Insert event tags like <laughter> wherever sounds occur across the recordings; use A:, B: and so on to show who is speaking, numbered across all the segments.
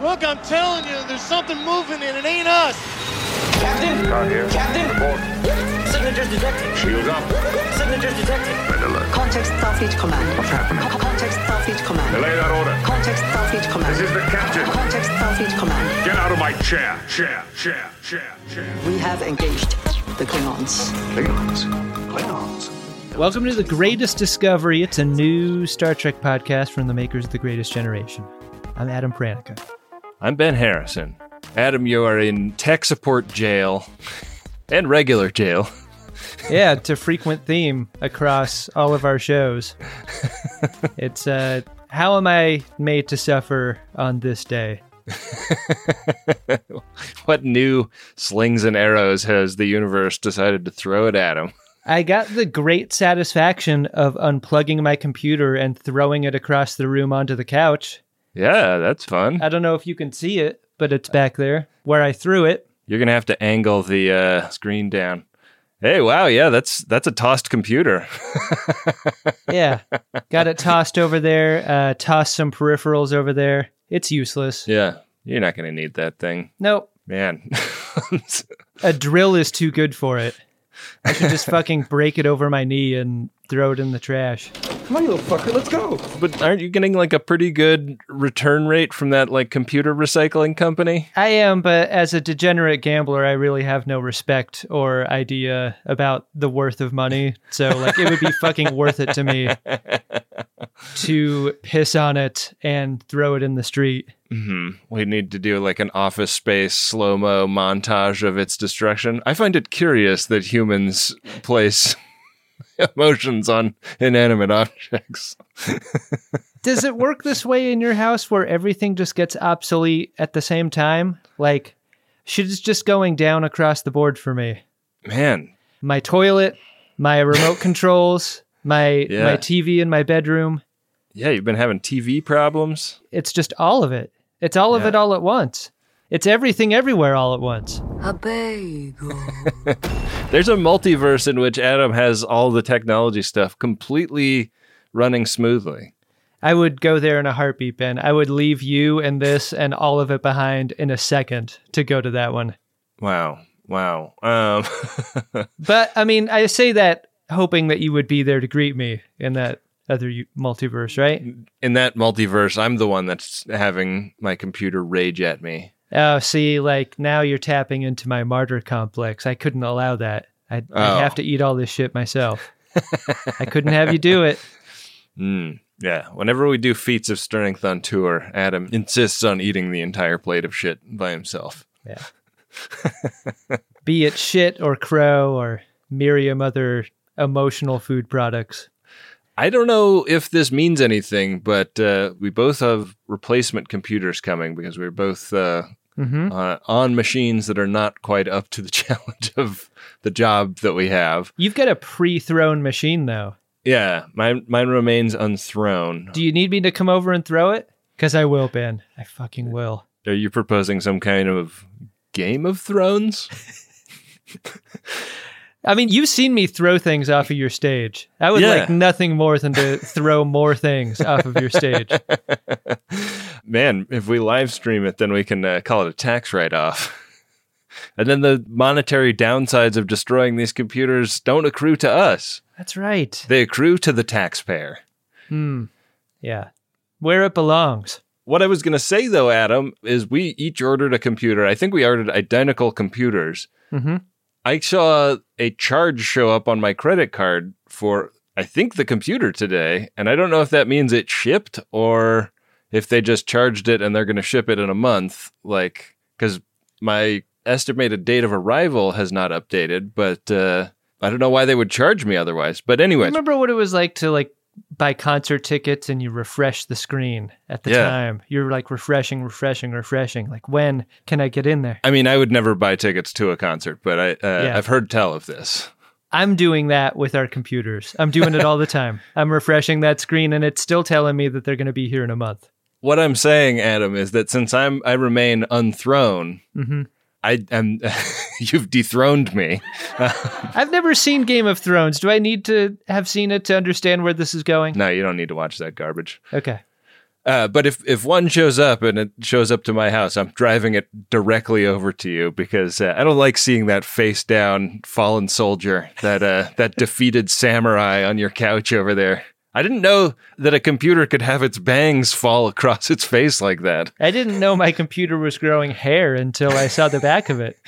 A: Look, I'm telling you, there's something moving and it ain't us.
B: Captain?
C: Out here.
B: Captain?
C: Report.
B: Signatures detected.
C: Shields up.
B: Signatures detected.
C: Red alert.
D: Context Starfleet Command. What's
C: happening?
D: Context Starfleet Command.
C: Delay that order.
D: Context Starfleet Command.
C: This is the captain.
D: Context Starfleet Command.
C: Get out of my chair. Chair, chair, chair, chair.
D: We have engaged the Klingons.
C: Klingons. Klingons.
E: Welcome to The Greatest Discovery. It's a new Star Trek podcast from the makers of The Greatest Generation. I'm Adam Pranica.
F: I'm Ben Harrison. Adam, you are in tech support jail <laughs> and regular jail. <laughs>
E: Yeah, it's a frequent theme across all of our <laughs> shows. It's uh, how am I made to suffer on this day?
F: What new slings and arrows has the universe decided to throw at Adam?
E: I got the great satisfaction of unplugging my computer and throwing it across the room onto the couch.
F: Yeah, that's fun.
E: I don't know if you can see it, but it's back there where I threw it.
F: You're gonna have to angle the uh, screen down. Hey, wow, yeah, that's that's a tossed computer. <laughs>
E: yeah. Got it tossed over there, uh, tossed some peripherals over there. It's useless.
F: yeah, you're not gonna need that thing,
E: Nope.
F: man. <laughs>
E: A drill is too good for it. I should just fucking break it over my knee and throw it in the trash.
F: but aren't you getting like a pretty good return rate from that like computer recycling company?
E: I am, but as a degenerate gambler, I really have no respect or idea about the worth of money. So, like, it would be fucking worth it to me to piss on it and throw it in the street.
F: We need to do like an office space slow mo montage of its destruction. I find it curious that humans place <laughs> emotions on inanimate objects.
E: Does it work this way in your house where everything just gets obsolete at the same time? Like, shit's just going down across the board for me.
F: Man,
E: My toilet, my remote controls, my
F: Yeah.
E: my TV in my bedroom.
F: yeah, you've been having TV problems.
E: It's just all of it. It's all of it all at once. It's everything everywhere all at once.
D: A bagel.
F: There's a multiverse in which Adam has all the technology stuff completely running smoothly.
E: I would go there in a heartbeat, Ben. I would leave you and this and all of it behind in a second to go to that one.
F: Wow. Wow. Um, <laughs>
E: But I mean, I say that hoping that you would be there to greet me in that other u- multiverse, right?
F: in that multiverse, I'm the one that's having my computer rage at me.
E: Oh, see, like now you're tapping into my martyr complex. I couldn't allow that. I
F: Oh.
E: I'd have to eat all this shit myself. I couldn't have you do it.
F: Mm, yeah. Whenever we do feats of strength on tour, Adam insists on eating the entire plate of shit by himself.
E: Be it shit or crow or Miriam other emotional food products.
F: I don't know if this means anything, but uh, we both have replacement computers coming because we're both uh,
E: Mhm.
F: uh, on machines that are not quite up to the <laughs> challenge of the job that we have.
E: You've got a pre-thrown machine though.
F: Yeah, mine mine remains unthrown.
E: Do you need me to come over and throw it? Cuz I will, Ben. I fucking will.
F: Are you proposing some kind of Game of Thrones?
E: I mean, you've seen me throw things off of your stage. I would
F: Yeah.
E: like nothing more than to <laughs> throw more things off of your stage.
F: Man, if we live stream it, then we can uh, call it a tax write off. <laughs> and then the monetary downsides of destroying these computers don't accrue to us,
E: <laughs> That's right.
F: they accrue to the taxpayer.
E: Yeah. Where it belongs.
F: What I was going to say, though, Adam, is we each ordered a computer. I think we ordered identical computers.
E: Mhm.
F: I saw a charge show up on my credit card for, I think, the computer today. And I don't know if that means it shipped or if they just charged it and they're going to ship it in a month. Like, because my estimated date of arrival has not updated, but uh, I don't know why they would charge me otherwise. But, anyways,
E: Remember what it was like to like buy concert tickets and you refresh the screen at the
F: Yeah.
E: time. You're like refreshing, refreshing, refreshing. Like when can I get in there?
F: I mean, I would never buy tickets to a concert, but I, uh,
E: Yeah.
F: I've heard tell of this.
E: I'm doing that with our computers. I'm doing it all the
F: <laughs>
E: time. I'm refreshing that screen and it's still telling me that they're going to be here in a month.
F: what I'm saying, Adam, is that since I'm I remain unthrown, I am <laughs> you've dethroned me.
E: I've never seen Game of Thrones. Do I need to have seen it to understand where this is going?
F: No, you don't need to watch that garbage.
E: Okay.
F: Uh, but if if one shows up and it shows up to my house, I'm driving it directly over to you because uh, I don't like seeing that face down fallen soldier, that uh, that defeated samurai on your couch over there. I didn't know that a computer could have its bangs fall across its face like that.
E: I didn't know my computer was growing hair until I saw the back of it.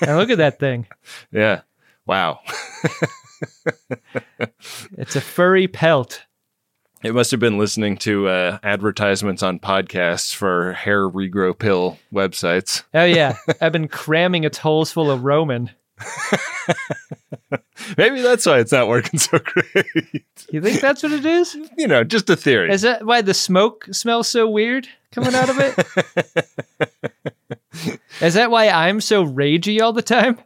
E: And look at that thing.
F: Yeah. Wow.
E: It's a furry pelt.
F: It must have been listening to uh, advertisements on podcasts for hair regrow pill websites.
E: Oh yeah. I've been cramming its holes full of Roman.
F: Maybe that's why it's not working so <laughs> great.
E: You think that's what it is?
F: you know, just a theory.
E: Is that why the smoke smells so weird coming out of
F: <laughs>
E: it? Is that why I'm so ragey all the time?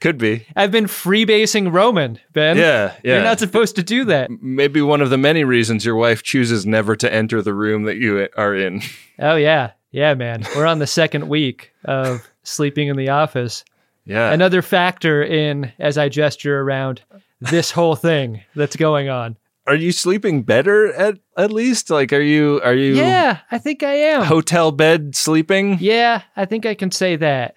F: Could be.
E: I've been freebasing Roman, Ben.
F: Yeah, yeah.
E: You're not supposed to do that.
F: Maybe one of the many reasons your wife chooses never to enter the room that you uh, are in. <laughs>
E: Oh yeah. Yeah, man. We're on the second week of sleeping in the office.
F: Yeah.
E: Another factor in as I gesture around this whole thing that's going on.
F: are you sleeping better at at least? Like are you are you
E: Yeah, I think I am.
F: hotel bed sleeping?
E: yeah, I think I can say that.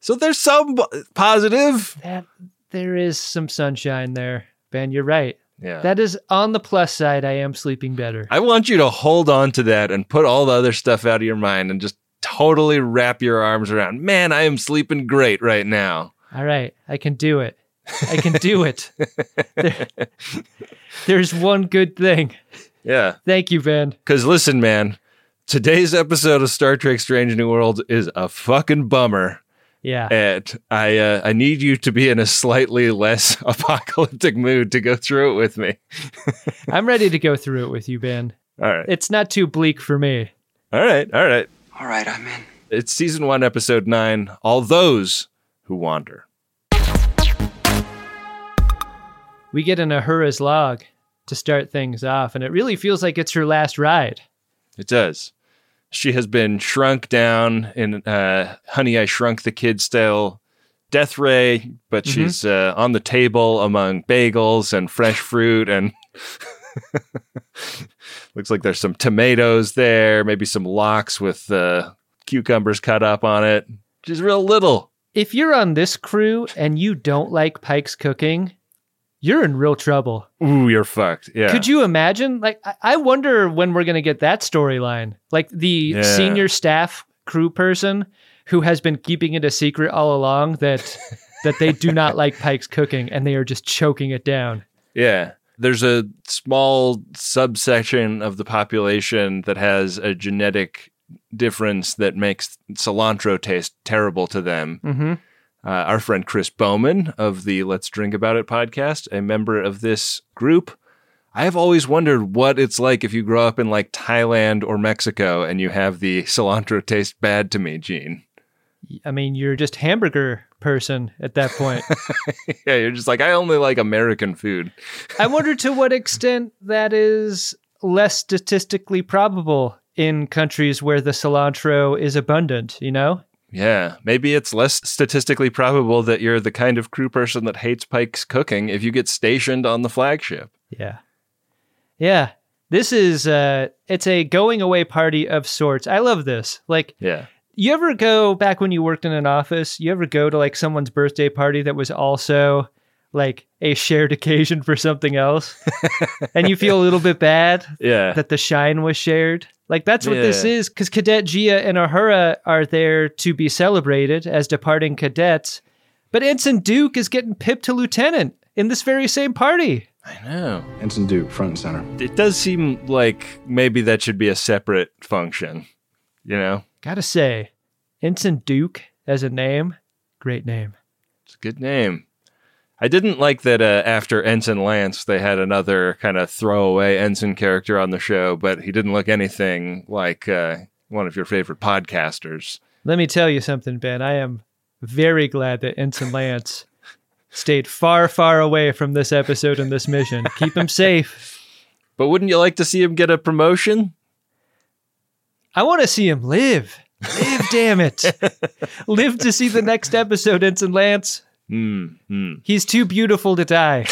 F: So there's some b- positive.
E: That there is some sunshine there. Ben, you're right.
F: Yeah.
E: That is on the plus side. I am sleeping better.
F: I want you to hold on to that and put all the other stuff out of your mind and just totally wrap your arms around. Man, I am sleeping great right now.
E: All right, I can do it. I can do it. There- there's one good thing.
F: Yeah.
E: Thank you, Ben.
F: Because listen, man, today's episode of Star Trek: Strange New Worlds is a fucking bummer,
E: Yeah,
F: and I uh, I need you to be in a slightly less <laughs> apocalyptic mood to go through it with me.
E: I'm ready to go through it with you, Ben.
F: All right,
E: It's not too bleak for me.
F: all right, all right.
B: All right, I'm in.
F: It's season one, episode nine. All those who wander.
E: We get an Ahura's log to start things off, and it really feels like it's her last ride.
F: It does. She has been shrunk down in uh, "Honey, I Shrunk the Kid" style death ray, but
E: Mm-hmm.
F: she's uh, on the table among bagels and fresh fruit, and <laughs> looks like there's some tomatoes there, maybe some locks with uh, cucumbers cut up on it. She's real little.
E: If you're on this crew and you don't like Pike's cooking, you're in real trouble.
F: Ooh, you're fucked. Yeah.
E: Could you imagine? Like, I- I wonder when we're going to get that storyline. Like, the
F: Yeah.
E: senior staff crew person who has been keeping it a secret all along
F: <laughs>
E: that that they do not like Pike's cooking and they are just choking it down.
F: Yeah. There's a small subsection of the population that has a genetic difference that makes cilantro taste terrible to them.
E: Mm-hmm.
F: Uh, our friend Chris Bowman of the Let's Drink About It podcast, a member of this group, I have always wondered what it's like if you grow up in like Thailand or Mexico and you have the cilantro taste bad to me gene. <laughs>
E: I mean, you're just hamburger person at that point.
F: yeah, you're just like, I only like American food.
E: I wonder to what extent that is less statistically probable in countries where the cilantro is abundant, you know?
F: Yeah, maybe it's less statistically probable that you're the kind of crew person that hates Pike's cooking if you get stationed on the flagship.
E: Yeah. Yeah. This is uh it's a going away party of sorts. I love this. Like
F: Yeah.
E: you ever go back when you worked in an office, you ever go to like someone's birthday party that was also like a shared occasion for something else and you feel a little bit bad
F: Yeah.
E: that the shine was shared. Like that's what this
F: Yeah.
E: is, because Cadet Gia and Ahura are there to be celebrated as departing cadets, but Ensign Duke is getting pipped to lieutenant in this very same party.
F: I know.
G: Ensign Duke, front and center.
F: It does seem like maybe that should be a separate function, you know?
E: Gotta say, Ensign Duke as a name, great name.
F: It's a good name. I didn't like that uh, after Ensign Lance, they had another kind of throwaway Ensign character on the show, but he didn't look anything like uh, one of your favorite podcasters.
E: Let me tell you something, Ben. I am very glad that Ensign Lance stayed far, far away from this episode and this mission. Keep him safe.
F: But wouldn't you like to see him get a promotion?
E: I want to see him live. Live, damn it. live to see the next episode, Ensign Lance.
F: Hmm. Hmm.
E: He's too beautiful to die.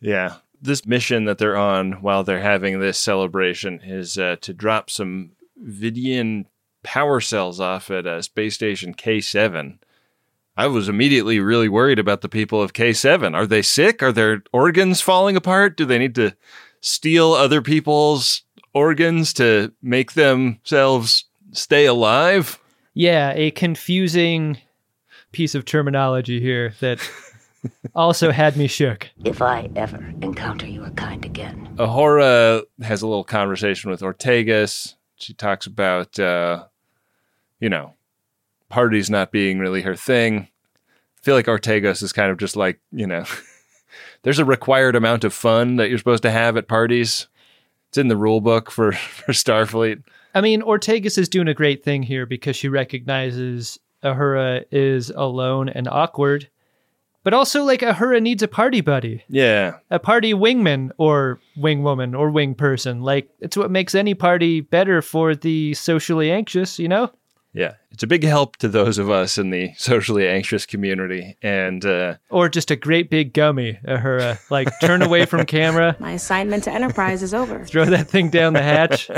F: Yeah. this mission that they're on while they're having this celebration is uh, to drop some Vidian power cells off at uh, space station K7. I was immediately really worried about the people of K7. Are they sick? Are their organs falling apart? Do they need to steal other people's organs to make themselves stay alive?
E: Yeah, a confusing piece of terminology here that also had me shook.
G: If I ever encounter your kind again,
F: Ahura has a little conversation with Ortegas. She talks about, uh, you know, parties not being really her thing. I feel like Ortegas is kind of just like, you know, <laughs> there's a required amount of fun that you're supposed to have at parties. It's in the rule book for, <laughs> for Starfleet.
E: I mean, Ortegas is doing a great thing here because she recognizes Ahura is alone and awkward, but also like Ahura needs a party buddy,
F: Yeah.
E: a party wingman or wingwoman or wing person. Like it's what makes any party better for the socially anxious, you know?
F: Yeah. It's a big help to those of us in the socially anxious community. And uh,
E: Or just a great big gummy, Ahura. Like turn away from camera,
H: My assignment to Enterprise is over.
E: throw that thing down the hatch.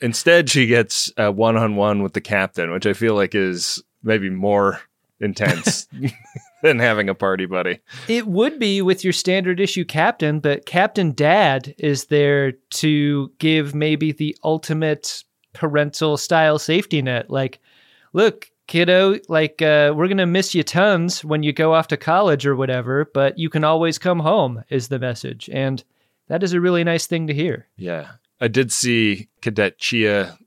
F: Instead, she gets one on one with the captain, which I feel like is maybe more intense than having a party buddy.
E: It would be with your standard issue captain, but Captain Dad is there to give maybe the ultimate parental style safety net. Like, look, kiddo, like uh, we're gonna miss you tons when you go off to college or whatever, but you can always come home is the message, and that is a really nice thing to hear.
F: Yeah. I did see Cadet Chia,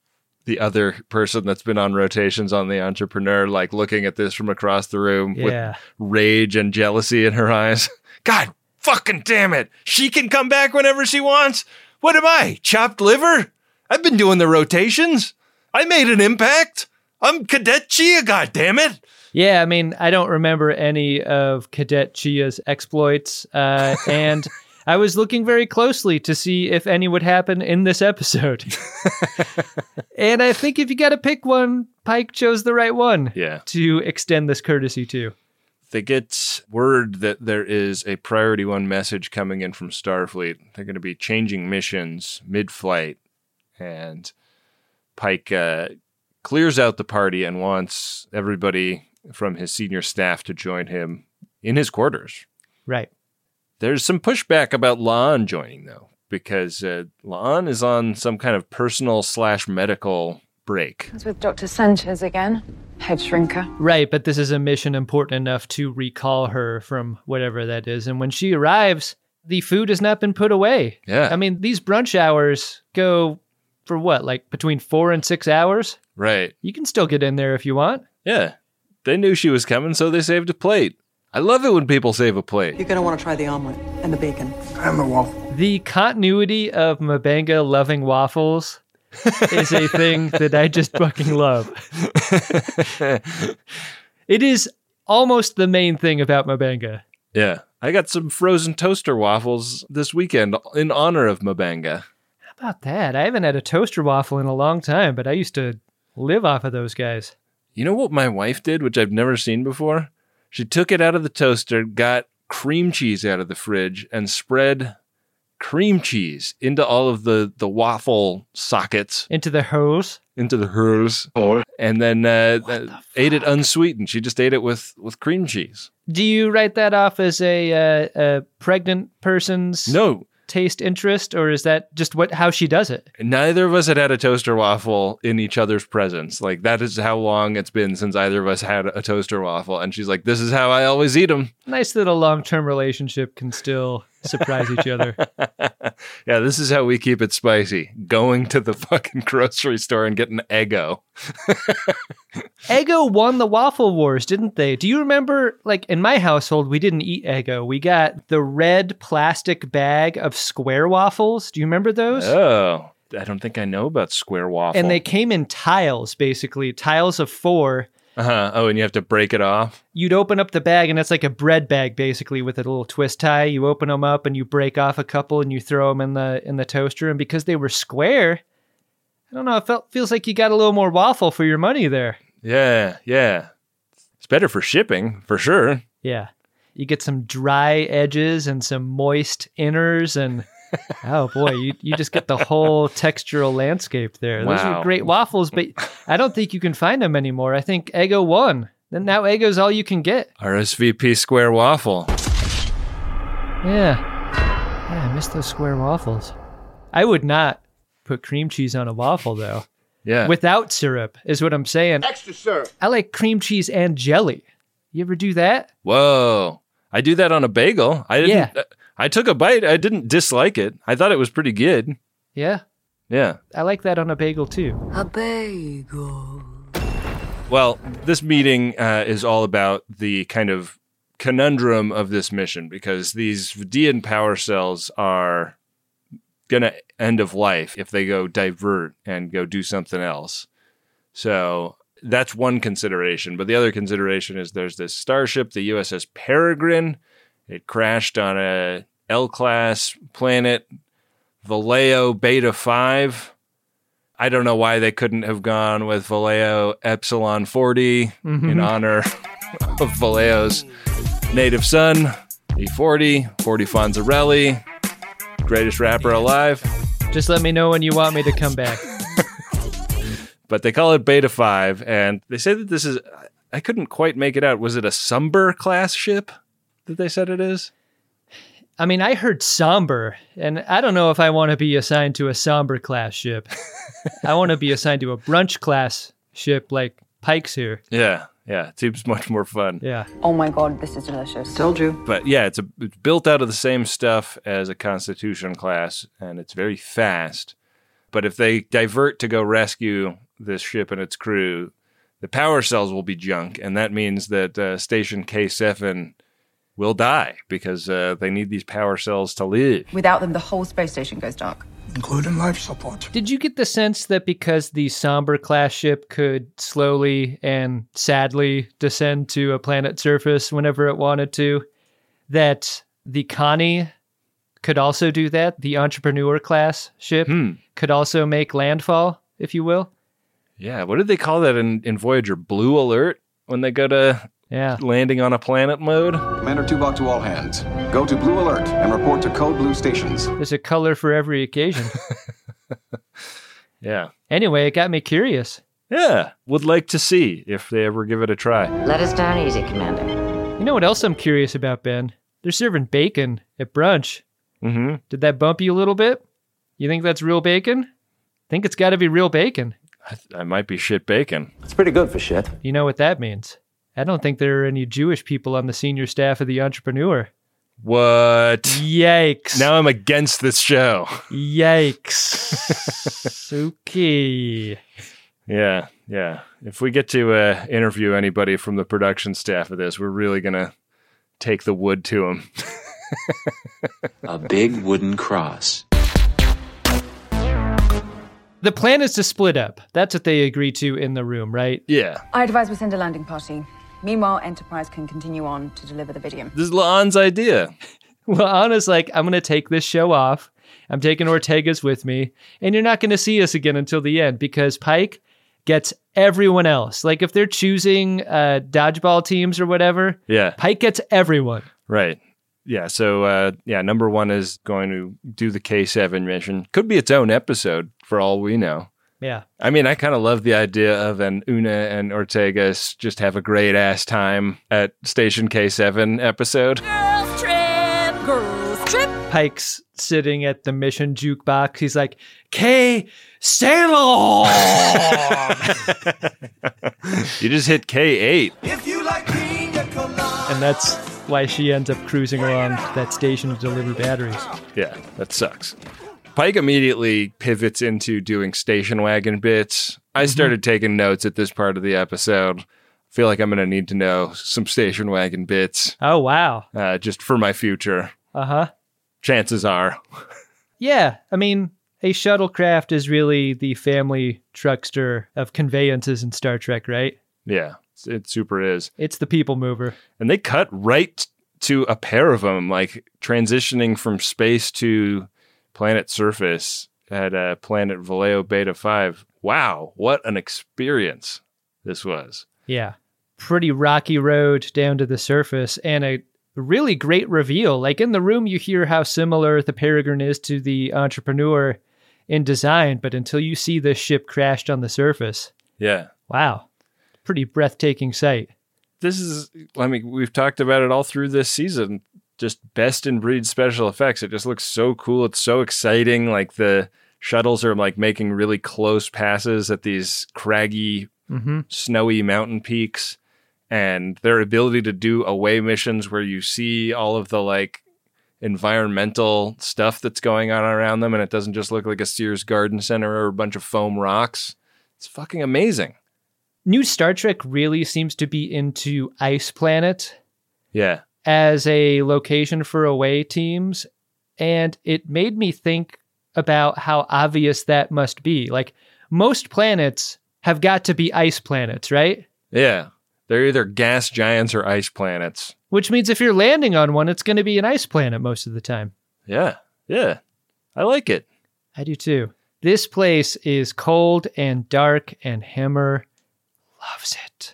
F: the other person that's been on rotations on The Entrepreneur, like looking at this from across the room
E: Yeah.
F: with rage and jealousy in her eyes. <laughs> God fucking damn it. She can come back whenever she wants. What am I? Chopped liver? I've been doing the rotations. I made an impact. I'm Cadet Chia, god damn it.
E: Yeah, I mean, I don't remember any of Cadet Chia's exploits, uh, and I was looking very closely to see if any would happen in this episode. and I think if you got to pick one, Pike chose the right one
F: Yeah.
E: to extend this courtesy to.
F: They get word that there is a priority one message coming in from Starfleet. They're going to be changing missions mid flight. And Pike uh, clears out the party and wants everybody from his senior staff to join him in his quarters.
E: Right.
F: There's some pushback about Lon joining, though, because uh, Lon is on some kind of personal slash medical break.
I: It's with Dr. Sanchez again, head shrinker.
E: Right, but this is a mission important enough to recall her from whatever that is. And when she arrives, the food has not been put away.
F: Yeah.
E: I mean, these brunch hours go for what, like between four and six hours?
F: Right.
E: You can still get in there if you want.
F: Yeah. They knew she was coming, so they saved a plate. I love it when people save a plate.
D: You're going to want to try the omelet and the bacon.
E: The continuity of Mabanga loving waffles is a thing that I just fucking love. it is almost the main thing about Mabanga.
F: Yeah. I got some frozen toaster waffles this weekend in honor of Mabanga.
E: How about that? I haven't had a toaster waffle in a long time, but I used to live off of those guys.
F: You know what my wife did, which I've never seen before? She took it out of the toaster, got cream cheese out of the fridge, and spread cream cheese into all of the, the waffle sockets,
E: Into the hose.
F: into the hers, and then uh, ate it unsweetened. She just ate it with, with cream cheese.
E: Do you write that off as a, uh, a pregnant person's
F: No,
E: taste interest, or is that just what how she does it?
F: neither of us had had a toaster waffle in each other's presence. Like that is how long it's been since either of us had a toaster waffle. And she's like, "This is how I always eat them."
E: Nice that a long term relationship can still surprise each other.
F: Yeah, this is how we keep it spicy. Going to the <laughs> fucking grocery store and getting Eggo.
E: Eggo won the waffle wars, didn't they? Do you remember? Like in my household, we didn't eat Eggo. We got the red plastic bag of square waffles. Do you remember those?
F: Oh, I don't think I know about square waffle.
E: And they came in tiles, basically tiles of four.
F: uh-huh. oh, and you have to break it off.
E: You'd open up the bag, and it's like a bread bag, basically, with a little twist tie. You open them up, and you break off a couple, and you throw them in the in the toaster. And because they were square, I don't know. It felt feels like you got a little more waffle for your money there.
F: Yeah, yeah. It's better for shipping for sure.
E: Yeah. You get some dry edges and some moist inners, and oh boy, you, you just get the whole textural landscape there. Those
F: Wow.
E: are great waffles, but I don't think you can find them anymore. I think Eggo won. Then now Eggo's all you can get.
F: RSVP square waffle.
E: Yeah. Yeah, I miss those square waffles. I would not put cream cheese on a waffle though.
F: Yeah.
E: Without syrup is what I'm saying. Extra syrup. I like cream cheese and jelly. You ever do that?
F: Whoa. I do that on a bagel. I didn't uh,
E: Yeah.
F: I took a bite. I didn't dislike it. I thought it was pretty good.
E: Yeah.
F: Yeah.
E: I like that on a bagel too.
G: A bagel.
F: Well, this meeting uh, is all about the kind of conundrum of this mission because these Vidian power cells are going to end of life if they go divert and go do something else. So that's one consideration. But the other consideration is there's this starship, the USS Peregrine. It crashed on a L class planet, Vallejo Beta 5. I don't know why they couldn't have gone with Vallejo Epsilon 40 in honor of Vallejo's native son, E40, 40 Fonzarelli, greatest rapper alive.
E: Just let me know when you want me to come back.
F: But they call it Beta 5, and they say that this is, I couldn't quite make it out. Was it a Sumber class ship that they said it is?
E: I mean, I heard somber, and I don't know if I want to be assigned to a somber class ship. I want to be assigned to a brunch class ship like Pike's here.
F: Yeah, yeah, it seems much more fun.
E: Yeah.
I: Oh my god, this is delicious.
D: Told you.
F: but yeah, it's a, it's built out of the same stuff as a Constitution class, and it's very fast. But if they divert to go rescue this ship and its crew, the power cells will be junk, and that means that uh, Station K Seven will die because uh, they need these power cells to live.
J: Without them, the whole space station goes dark.
B: Including life support.
E: Did you get the sense that because the somber class ship could slowly and sadly descend to a planet surface whenever it wanted to, that the Connie could also do that? The entrepreneur class ship could also make landfall, if you will.
F: Yeah, what did they call that in, in Voyager? Blue alert when they go to
E: Yeah.
F: landing on a planet mode.
K: Commander Tuvok to all hands. Go to Blue Alert and report to Code Blue stations.
E: There's a color for every occasion.
F: Yeah,
E: anyway, it got me curious.
F: yeah. Would like to see if they ever give it a try.
G: Let us down easy, Commander.
E: You know what else I'm curious about, Ben? They're serving bacon at brunch.
F: Mm-hmm.
E: Did that bump you a little bit? You think that's real bacon? think it's got to be real bacon.
F: I, th- I might be shit bacon.
B: It's pretty good for shit.
E: You know what that means. I don't think there are any Jewish people on the senior staff of The Entrepreneur.
F: What?
E: Yikes.
F: Now I'm against this show. <laughs>
E: Yikes. okay.
F: Yeah, yeah. If we get to uh, interview anybody from the production staff of this, we're really gonna take the wood to <laughs> them.
B: A big wooden cross.
E: The plan is to split up. That's what they agree to in the room, right?
F: Yeah.
I: I advise we send a landing party. Meanwhile, Enterprise can continue on to deliver the video.
F: This is Laan's idea.
E: Well, Anna's like, I'm going to take this show off. I'm taking Ortega's with me. And you're not going to see us again until the end because Pike gets everyone else. Like if they're choosing uh, dodgeball teams or whatever,
F: Yeah.
E: Pike gets everyone.
F: Right. Yeah. So uh, yeah, number one is going to do the K seven mission. Could be its own episode for all we know.
E: Yeah.
F: I mean, I kind of love the idea of an Una and Ortega s- just have a great ass time at Station K seven episode.
E: Pike's sitting at the mission jukebox. He's like, K. Sailor.
F: You just hit K eight.
E: and that's why she ends up cruising around that station to deliver batteries.
F: Yeah, that sucks. Pike immediately pivots into doing station wagon bits. I started taking notes at this part of the episode. Feel like I'm going to need to know some station wagon bits
E: Oh, wow.
F: uh, just for my future.
E: Uh huh.
F: Chances are,
E: Yeah, I mean, a shuttlecraft is really the family truckster of conveyances in Star Trek, right?
F: yeah, it's- it super is.
E: It's the people mover.
F: And they cut right to a pair of them, like transitioning from space to planet surface at uh, planet Vallejo Beta 5. Wow, what an experience this was.
E: Yeah. Pretty rocky road down to the surface and a really great reveal. Like in the room, you hear how similar the Peregrine is to the entrepreneur in design, but until you see the ship crashed on the surface,
F: Yeah.
E: wow, pretty breathtaking sight.
F: This is, I mean, we've talked about it all through this season. Just best in breed special effects. It just looks so cool. It's so exciting. Like the shuttles are like making really close passes at these craggy, snowy mountain peaks. And their ability to do away missions where you see all of the like environmental stuff that's going on around them and it doesn't just look like a Sears garden center or a bunch of foam rocks. It's fucking amazing.
E: New Star Trek really seems to be into Ice Planet
F: Yeah.
E: as a location for away teams. And it made me think about how obvious that must be. Like, most planets have got to be ice planets, right?
F: Yeah. They're either gas giants or ice planets.
E: Which means if you're landing on one, it's going to be an ice planet most of the time.
F: Yeah. Yeah. I like it.
E: I do too. This place is cold and dark, and Hammer loves it.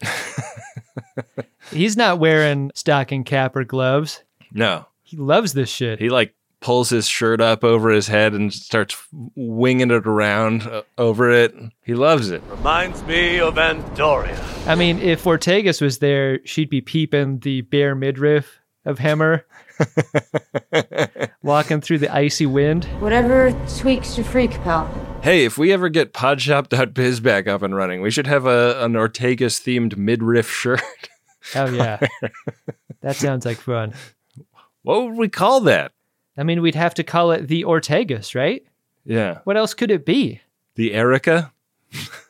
E: He's not wearing stocking cap or gloves.
F: No.
E: He loves this shit.
F: He like pulls his shirt up over his head and starts winging it around uh, over it. He loves it.
L: Reminds me of Andoria.
E: I mean, if Ortegas was there, she'd be peeping the bare midriff of Hammer walking through the icy wind.
G: Whatever tweaks your freak, pal.
F: Hey, if we ever get podshop.biz back up and running, we should have a, an Ortegas themed midriff shirt. <laughs>
E: Oh, yeah. that sounds like fun.
F: What would we call that?
E: I mean, we'd have to call it the Ortegas, right?
F: Yeah.
E: What else could it be?
F: The Erica?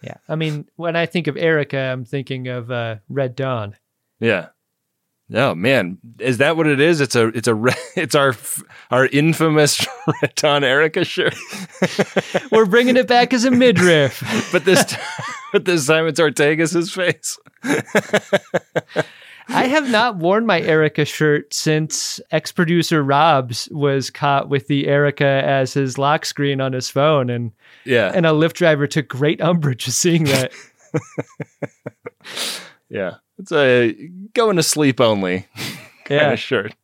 E: Yeah. I mean, when I think of Erica, I'm thinking of uh, Red Dawn.
F: Yeah. Oh man, is that what it is? It's a it's a re- <laughs> it's our f- our infamous <laughs> Reton Erica shirt,
E: We're bringing it back as a midriff.
F: but this <laughs> t- but this time it's Ortega's face.
E: I have not worn my Erica shirt since ex producer Robs was caught with the Erica as his lock screen on his phone. And,
F: Yeah,
E: and a Lyft driver took great umbrage at seeing that.
F: yeah. It's a going to sleep only kind
E: Yeah.
F: of shirt.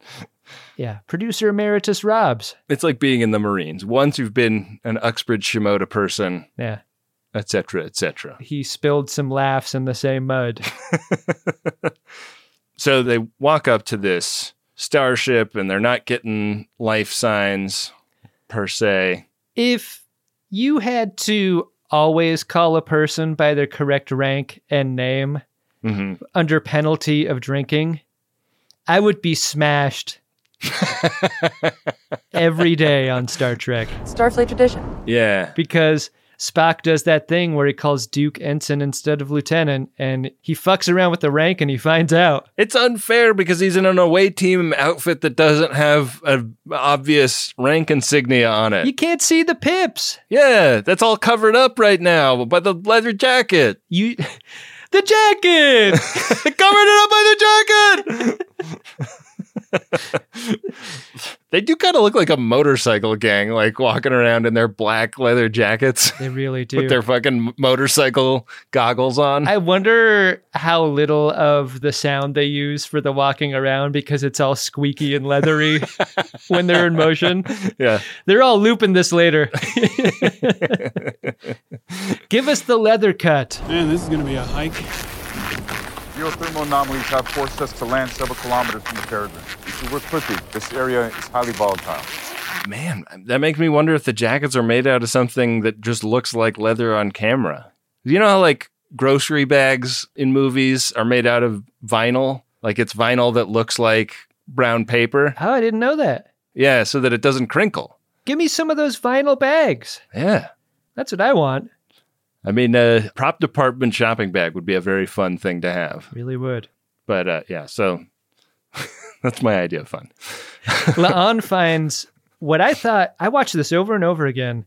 E: Yeah. Producer Emeritus Robs.
F: It's like being in the Marines. Once you've been an Uxbridge Shimoda person,
E: Yeah.
F: etc., etc.
E: He spilled some laughs in the same mud.
F: So they walk up to this starship, and they're not getting life signs per se.
E: if you had to always call a person by their correct rank and name
F: hmm
E: under penalty of drinking, I would be smashed every day on Star Trek
J: <laughs> Starfleet tradition.
F: Yeah.
E: because Spock does that thing where he calls Duke ensign instead of lieutenant and he fucks around with the rank and he finds out.
F: It's unfair because he's in an away team outfit that doesn't have an obvious rank insignia on
E: You
F: it.
E: can't see the pips.
F: Yeah, that's all covered up right now by the leather jacket. <laughs>
E: You the jacket.
F: They covered it up by the jacket. <laughs> they do kind of look like a motorcycle gang, like walking around in their black leather jackets
E: <laughs> they really do.
F: with their fucking motorcycle goggles on.
E: I wonder how little of the sound they use for the walking around because it's all squeaky and
F: <laughs>
E: leathery when they're in motion.
F: yeah.
E: They're all looping this later. <laughs> Give us the leather cut.
A: Man, this is going to be a hike.
K: Geothermal anomalies have forced us to land several kilometers from the Peregrine. So we're quickly. This area is highly volatile.
F: Man, that makes me wonder if the jackets are made out of something that just looks like leather on camera. You know how like grocery bags in movies are made out of vinyl? Like it's vinyl that looks like brown paper.
E: Oh, I didn't know that.
F: Yeah, so that it doesn't crinkle.
E: Give me some of those vinyl bags.
F: Yeah.
E: That's what I want.
F: I mean, a prop department shopping bag would be a very fun thing to have.
E: Really would.
F: But uh, yeah, so <laughs> that's my idea of fun.
E: Laon finds what I thought. I watched this over and over again.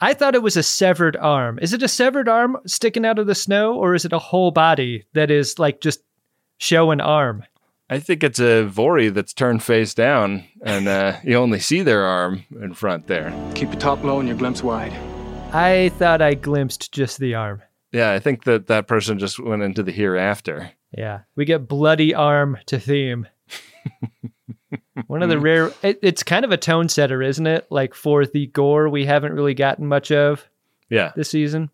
E: I thought it was a severed arm. Is it a severed arm sticking out of the snow, or is it a whole body that is like just show an arm?
F: I think it's a Vori that's turned face down, and uh, you only see their arm in front there.
B: Keep your top low and your glimpse wide.
E: I thought I glimpsed just the arm.
F: Yeah, I think that that person just went into the hereafter.
E: Yeah, we get bloody arm to theme. <laughs> One of the rare. It, it's kind of a tone setter, isn't it? Like for the gore, we haven't really gotten much of
F: Yeah,
E: this season.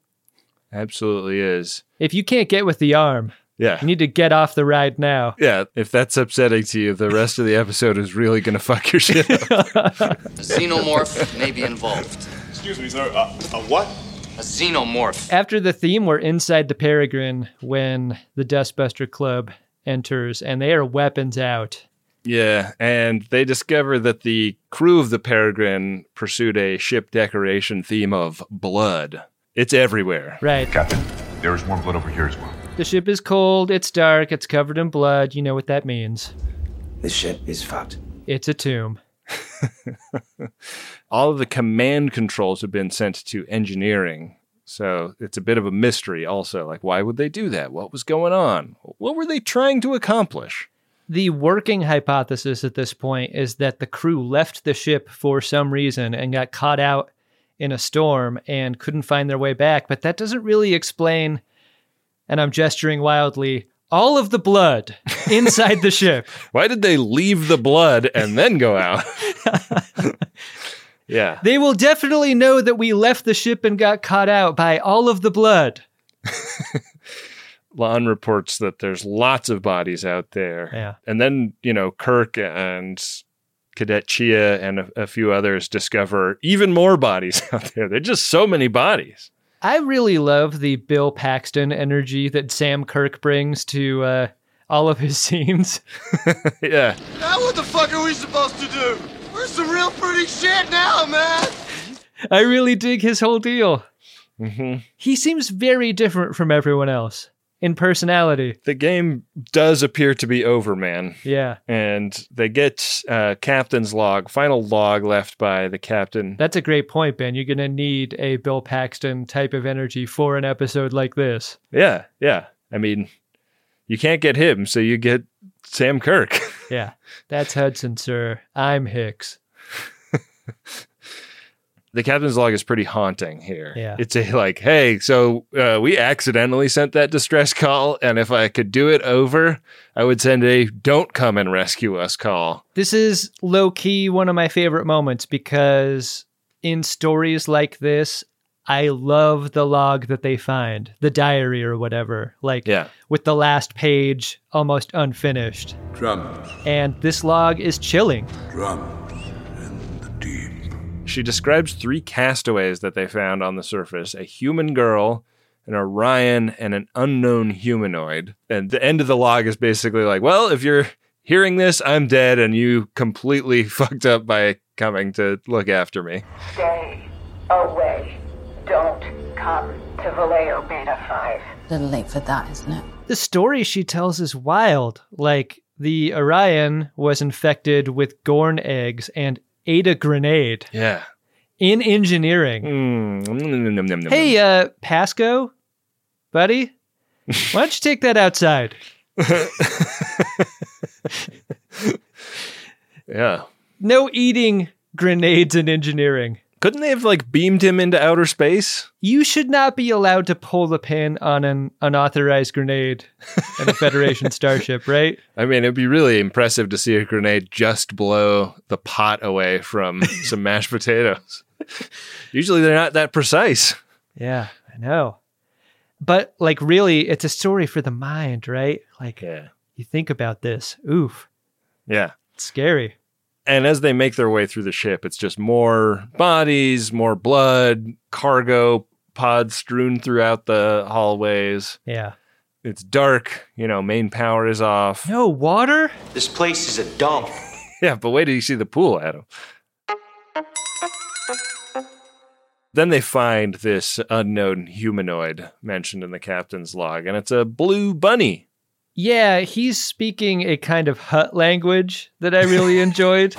F: absolutely is.
E: If you can't get with the arm,
F: Yeah.
E: you need to get off the ride now.
F: Yeah, if that's upsetting to you, the rest of the episode is really going to <laughs> fuck your shit up.
M: A xenomorph may be involved.
N: Excuse me, sir. Uh, a what?
M: A xenomorph.
E: After the theme, we're inside the Peregrine when the Dustbuster Club enters, and they are weapons out.
F: Yeah, and they discover that the crew of the Peregrine pursued a ship decoration theme of blood. It's everywhere.
E: Right.
F: Captain,
K: there is more blood over here as well.
E: The ship is cold, it's dark, it's covered in blood. You know what that means.
O: The ship is fucked.
E: It's a tomb.
F: All of the command controls have been sent to engineering. So it's a bit of a mystery, also. Like, why would they do that? What was going on? What were they trying to accomplish?
E: The working hypothesis at this point is that the crew left the ship for some reason and got caught out in a storm and couldn't find their way back, but that doesn't really explain, and I'm gesturing wildly, all of the blood inside the ship.
F: Why did they leave the blood and then go out? yeah.
E: They will definitely know that we left the ship and got caught out by all of the blood.
F: Lon reports that there's lots of bodies out there.
E: Yeah.
F: And then, you know, Kirk and Cadet Chia and a, a few others discover even more bodies <laughs> out there. There are just so many bodies. <laughs>
E: I really love the Bill Paxton energy that Sam Kirk brings to uh, all of his <laughs> scenes.
F: yeah.
A: Now what the fuck are we supposed to do? We're some real pretty shit now, man.
E: I really dig his whole deal.
F: Mm-hmm.
E: He seems very different from everyone else in personality.
F: The game does appear to be over, man.
E: Yeah.
F: And they get uh, captain's log, final log left by the captain.
E: That's a great point, Ben. You're going to need a Bill Paxton type of energy for an episode like this.
F: Yeah, yeah. I mean, you can't get him, so you get Sam Kirk. <laughs>
E: Yeah. That's Hudson, sir. I'm Hicks.
F: the captain's log is pretty haunting here.
E: Yeah.
F: It's a like, hey, so uh, we accidentally sent that distress call, and if I could do it over, I would send a "Don't come and rescue us" call.
E: This is low key one of my favorite moments because in stories like this, I love the log that they find, the diary or whatever, like
F: Yeah.
E: with the last page almost unfinished.
P: Drums,
E: And this log is chilling.
P: drums.
F: She describes three castaways that they found on the surface: a human girl, an Orion, and an unknown humanoid. And the end of the log is basically like, well, if you're hearing this, I'm dead, and you completely <laughs> fucked up by coming to look after me.
Q: Stay away. Don't come to Vallejo Beta 5.
I: little late for that, isn't it?
E: The story she tells is wild. Like the Orion was infected with Gorn eggs and ate a grenade
F: Yeah.
E: in engineering.
F: Mm.
E: Hey, uh, Pasco, buddy, why don't you take that outside?
F: Yeah.
E: No eating grenades in engineering.
F: Couldn't they have like beamed him into outer space?
E: You should not be allowed to pull the pin on an unauthorized grenade in a Federation starship, right?
F: I mean, it'd be really impressive to see a grenade just blow the pot away <laughs> from some mashed potatoes. Usually they're not that precise.
E: Yeah, I know. But like, really, it's a story for the mind, right? Like, you think about this. Oof,
F: Yeah.
E: it's scary.
F: And as they make their way through the ship, it's just more bodies, more blood, cargo pods strewn throughout the hallways.
E: Yeah.
F: It's dark, you know, main power is off.
E: No water?
M: This place is a dump.
F: Yeah, but wait till you see the pool, Adam. Then they find this unknown humanoid mentioned in the captain's log, and it's a blue bunny.
E: Yeah, he's speaking a kind of hut language that I really enjoyed.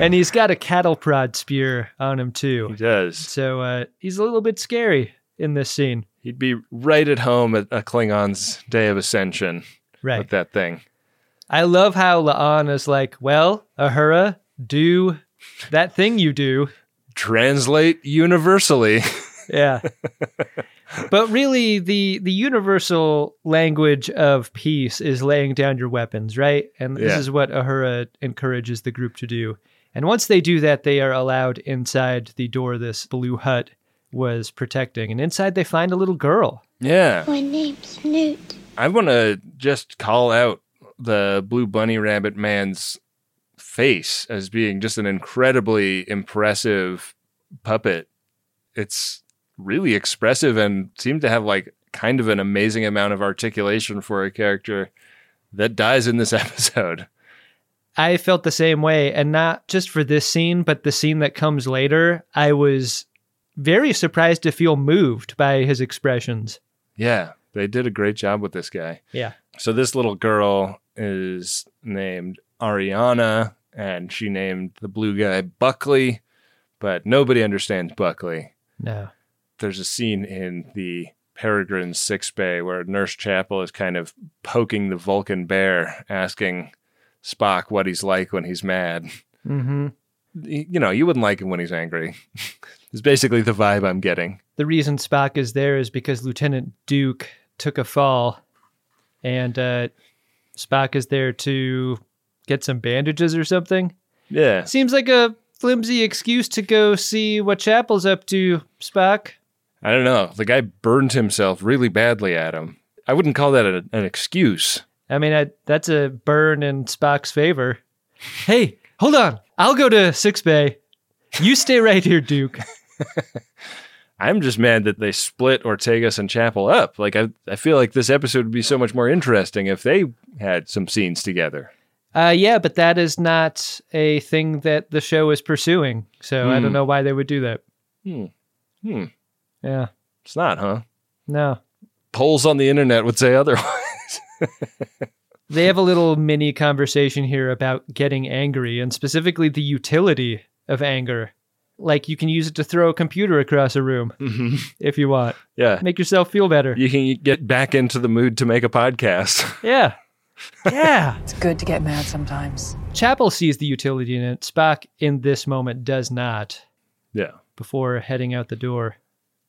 E: and he's got a cattle prod spear on him, too. He
F: does.
E: So uh, he's a little bit scary in this scene.
F: He'd be right at home at a Klingon's Day of Ascension
E: Right.
F: with that thing.
E: I love how Laan is like, well, Ahura, do that thing you do.
F: Translate universally.
E: Yeah. but really the the universal language of peace is laying down your weapons right and this
F: Yeah.
E: is what ahura encourages the group to do and once they do that they are allowed inside the door this blue hut was protecting and inside they find a little girl
F: Yeah.
P: My name's Newt.
F: I want to just call out the Blue Bunny Rabbit Man's face as being just an incredibly impressive puppet. It's really expressive and seemed to have like kind of an amazing amount of articulation for a character that dies in this <laughs> episode.
E: I felt the same way, and not just for this scene, but the scene that comes later. I was very surprised to feel moved by his expressions.
F: Yeah, they did a great job with this guy.
E: Yeah.
F: So this little girl is named Ariana, and she named the blue guy Buckley, but nobody understands Buckley.
E: No.
F: There's a scene in the Peregrine Six Bay where Nurse Chapel is kind of poking the Vulcan bear, asking Spock what he's like when he's mad.
E: Mm-hmm.
F: You know, you wouldn't like him when he's angry. <laughs> it's basically the vibe I'm getting.
E: The reason Spock is there is because Lieutenant Duke took a fall, and uh, Spock is there to get some bandages or something.
F: Yeah.
E: Seems like a flimsy excuse to go see what Chapel's up to, Spock.
F: I don't know. The guy burned himself really badly at him. I wouldn't call that a, an excuse.
E: I mean, I, that's a burn in Spock's favor. Hey, hold on. I'll go to Six Bay. You stay right here, Duke.
F: I'm just mad that they split Ortegas and Chapel up. Like, I, I feel like this episode would be so much more interesting if they had some scenes together.
E: Uh, yeah, but that is not a thing that the show is pursuing. So I don't
F: Hmm.
E: know why they would do that.
F: Hmm. Hmm.
E: Yeah.
F: It's not, huh?
E: No.
F: Polls on the internet would say otherwise. <laughs>
E: They have a little mini conversation here about getting angry and specifically the utility of anger. Like you can use it to throw a computer across a room
F: Mm-hmm.
E: <laughs> if you want.
F: Yeah.
E: Make yourself feel better.
F: You can get back into the mood to make a podcast. <laughs>
E: Yeah. Yeah.
J: <laughs> It's good to get mad sometimes.
E: Chapel sees the utility in it. Spock, in this moment, does not
F: yeah.
E: before heading out the door.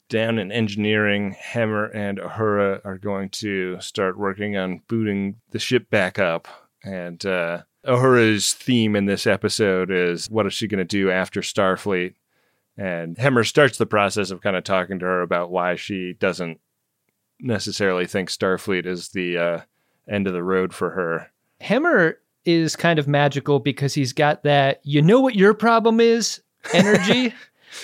F: down in engineering, Hammer and Ahura are going to start working on booting the ship back up. And uh, Ahura's theme in this episode is what is she going to do after Starfleet? And Hammer starts the process of kind of talking to her about why she doesn't necessarily think Starfleet is the uh, end of the road for her.
E: Hammer is kind of magical because he's got that, you know what your problem is energy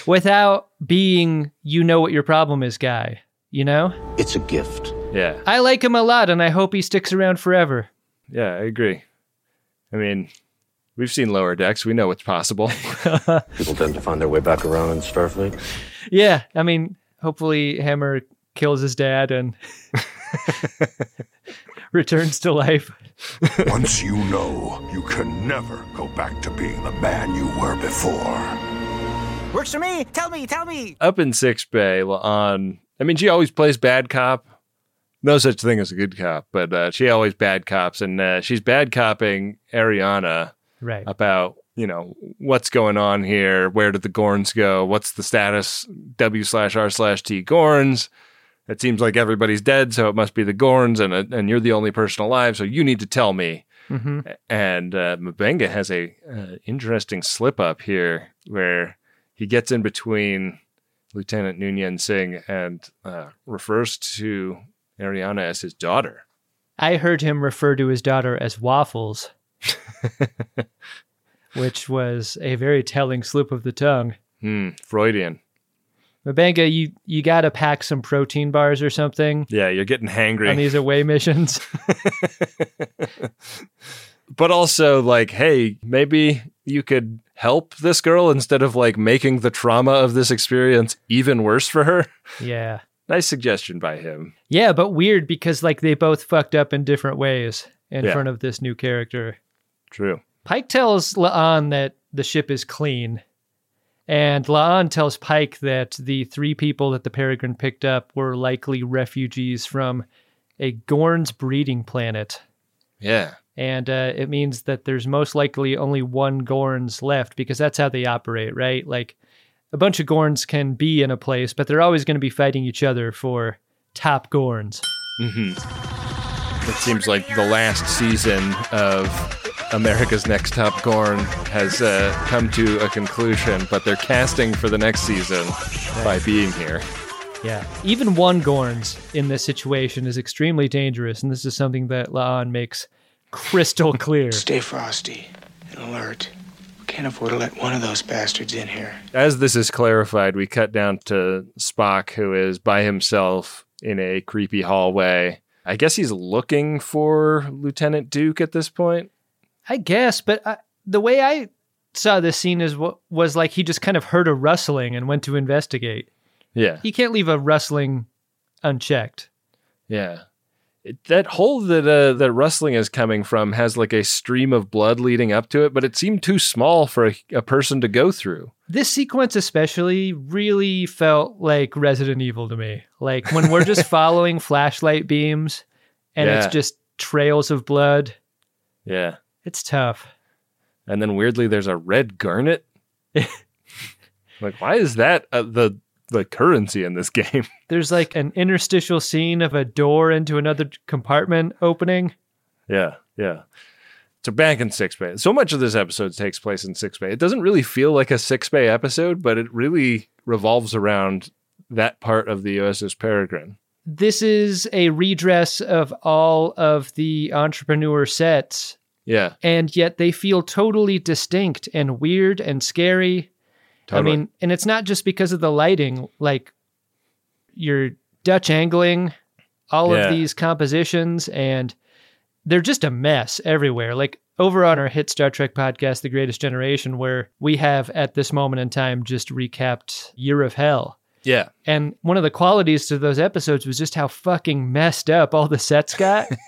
E: without being, you know what your problem is guy, you know?
M: It's a gift.
F: Yeah.
E: I like him a lot and I hope he sticks around forever.
F: Yeah, I agree. I mean, we've seen lower decks, we know what's possible. <laughs>
R: People tend to find their way back around in Starfleet.
E: Yeah. I mean, hopefully Hammer kills his dad and returns to life.
S: Once you know, you can never go back to being the man you were before.
T: Works for me. Tell me, tell me.
F: up in Six Bay on. I mean, she always plays bad cop. No such thing as a good cop, but uh, she always bad cops, and uh, she's bad copping Ariana
E: Right.
F: about you know what's going on here. Where did the Gorns go? What's the status? W slash R slash T Gorns. It seems like everybody's dead, so it must be the Gorns, and uh, and you're the only person alive, so you need to tell me.
E: Mm-hmm.
F: And uh, Mabenga has a uh, interesting slip up here where he gets in between Lieutenant Nunyan Singh and uh, refers to Ariana as his daughter.
E: I heard him refer to his daughter as Waffles, which was a very telling slip of the tongue.
F: Hmm, Freudian.
E: Mabenga, you, you got to pack some protein bars or something
F: Yeah, you're getting hangry.
E: on these away missions. <laughs>
F: but also, like, hey, maybe you could help this girl instead of like making the trauma of this experience even worse for her. <laughs>
E: yeah.
F: Nice suggestion by him.
E: Yeah, but weird because like they both fucked up in different ways in
F: Yeah.
E: front of this new character.
F: True.
E: Pike tells Laan that the ship is clean. And Laan tells Pike that the three people that the Peregrine picked up were likely refugees from a Gorn's breeding planet.
F: Yeah.
E: And uh, it means that there's most likely only one Gorns left because that's how they operate, right? Like a bunch of Gorns can be in a place, but they're always going to be fighting each other for top Gorns.
F: Mm-hmm. It seems like the last season of America's Next Top Gorn has uh, come to a conclusion, but they're casting for the next season by being here.
E: Yeah. Even one Gorns in this situation is extremely dangerous, and this is something that Laan makes crystal clear.
P: Stay frosty and alert. We can't afford to let one of those bastards in here.
F: As this is clarified, we cut down to Spock, who is by himself in a creepy hallway. I guess he's looking for Lieutenant Duke at this point.
E: I guess, but I, the way I saw this scene is what was like he just kind of heard a rustling and went to investigate.
F: Yeah.
E: He can't leave a rustling unchecked.
F: Yeah. It, that hole that uh, that rustling is coming from has like a stream of blood leading up to it, but it seemed too small for a, a person to go through.
E: This sequence especially really felt like Resident Evil to me. Like when we're just following flashlight beams and
F: Yeah.
E: it's just trails of blood.
F: Yeah.
E: It's tough.
F: And then weirdly, there's a red garnet. <laughs> like, why is that uh, the the currency in this <laughs> game?
E: There's like an interstitial scene of a door into another compartment opening.
F: Yeah, yeah. So back in Six Bay. So much of this episode takes place in Six Bay. It doesn't really feel like a Six Bay episode, but it really revolves around that part of the USS Peregrine.
E: This is a redress of all of the entrepreneur sets,
F: Yeah,
E: and yet they feel totally distinct and weird and scary.
F: Totally.
E: I mean, and it's not just because of the lighting, like your Dutch angling, all
F: Yeah.
E: of these compositions, and they're just a mess everywhere. Like over on our hit Star Trek podcast, The Greatest Generation, where we have at this moment in time just recapped Year of Hell.
F: yeah,
E: And one of the qualities to those episodes was just how fucking messed up all the sets got.
F: <laughs>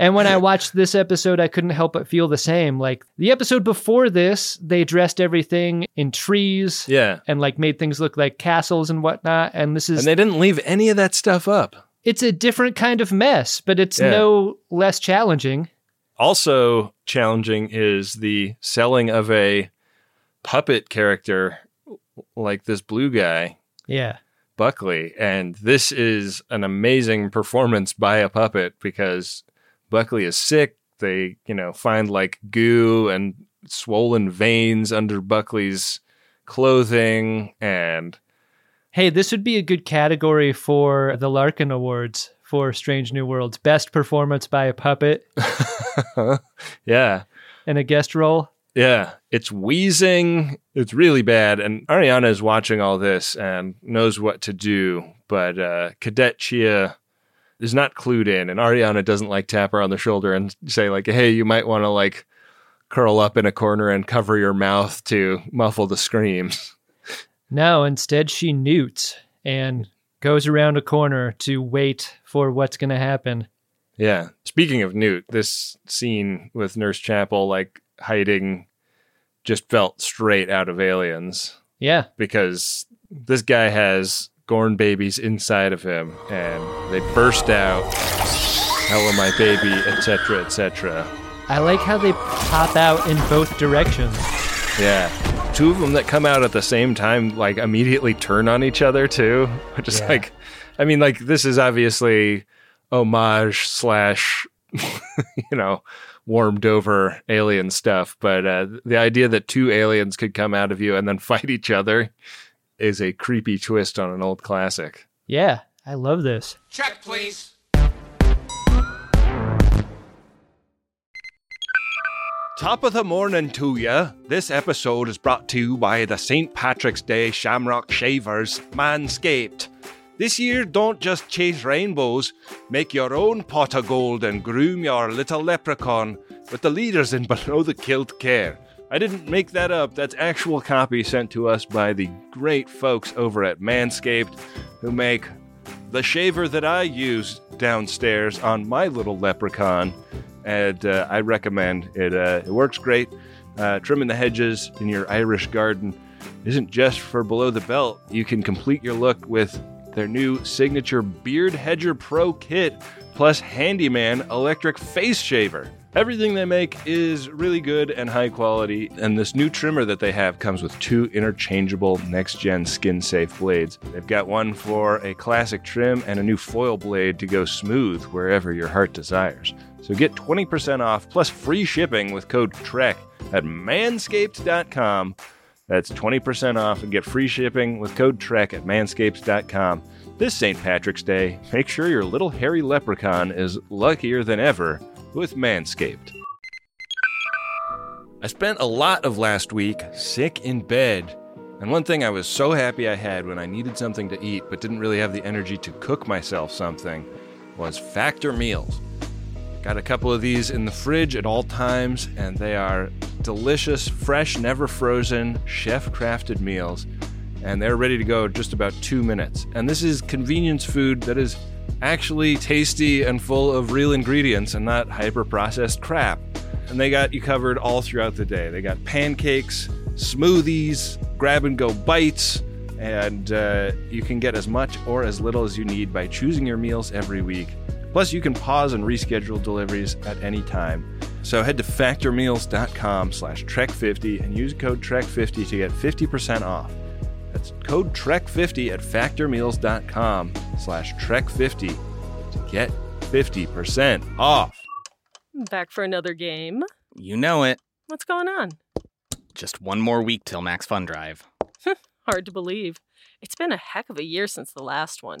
E: And when I watched this episode, I couldn't help but feel the same. Like the episode before this, they dressed everything in trees
F: yeah.
E: and like made things look like castles and whatnot. And this
F: And
E: is
F: they didn't leave any of that stuff up.
E: it's a different kind of mess, but it's
F: Yeah.
E: no less challenging.
F: Also challenging is the selling of a puppet character like this blue guy
E: Yeah.
F: Buckley. And this is an amazing performance by a puppet because Buckley is sick. They, you know, find like goo and swollen veins under Buckley's clothing. And
E: Hey, this would be a good category for the Larkin Awards for Strange New Worlds Best Performance by a Puppet
F: yeah,
E: in a guest role.
F: yeah, it's wheezing. It's really bad. And Ariana is watching all this and knows what to do. But uh, Cadet Chia is not clued in. And Ariana doesn't like tap her on the shoulder and say, like, hey, you might want to like curl up in a corner and cover your mouth to muffle the screams. <laughs>
E: No, instead, she newts and goes around a corner to wait for what's going to happen.
F: Yeah. Speaking of Newt, this scene with Nurse Chapel, like hiding, just felt straight out of Aliens.
E: Yeah.
F: because this guy has Gorn babies inside of him and they burst out. Hello, my baby, etc., etc.
E: I like how they pop out in both directions.
F: Yeah. Two of them that come out at the same time, like immediately turn on each other, too. Which is
E: Yeah.
F: like, I mean, like, this is obviously homage slash, <laughs> you know, warmed over alien stuff. But uh, the idea that two aliens could come out of you and then <laughs> fight each other is a creepy twist on an old classic.
E: Yeah, I love this.
A: Check, please.
U: Top of the morning to you. This episode is brought to you by the St. Patrick's Day Shamrock Shavers Manscaped. This year, don't just chase rainbows, make your own pot of gold and groom your little leprechaun with the leaders in <laughs> below the kilt care.
F: I didn't make that up. That's actual copy sent to us by the great folks over at Manscaped who make
U: the shaver that I use downstairs on my little leprechaun, and uh, I recommend it. Uh, it works great. Uh, trimming the hedges in your Irish garden isn't just for below the belt. You can complete your look with their new signature Beard Hedger Pro Kit plus Handyman Electric Face Shaver.
F: Everything they make is really good and high quality, and this new trimmer that they have comes with two interchangeable next gen skin safe blades. They've got one for a classic trim and a new foil blade to go smooth wherever your heart desires. So get 20% off plus free shipping with code TREK at manscaped.com. That's 20% off and get free shipping with code TREK at manscaped.com. This St. Patrick's Day, make sure your little hairy leprechaun is luckier than ever with Manscaped. I spent a lot of last week sick in bed, and one thing I was so happy I had when I needed something to eat but didn't really have the energy to cook myself something was Factor Meals. Got a couple of these in the fridge at all times, and they are delicious, fresh, never frozen, chef crafted meals. And they're ready to go in just about two minutes. And this is convenience food that is actually tasty and full of real ingredients and not hyper processed crap. And they got you covered all throughout the day. They got pancakes, smoothies, grab and go bites, and uh, you can get as much or as little as you need by choosing your meals every week. Plus, you can pause and reschedule deliveries at any time. So head to factormeals.com slash trek50 and use code trek50 to get 50% off. That's code trek50 at factormeals.com slash trek50 to get 50% off.
C: Back for another game.
V: You know it.
C: What's going on?
V: Just one more week till Max Fun Drive.
C: <laughs> Hard to believe. It's been a heck of a year since the last one.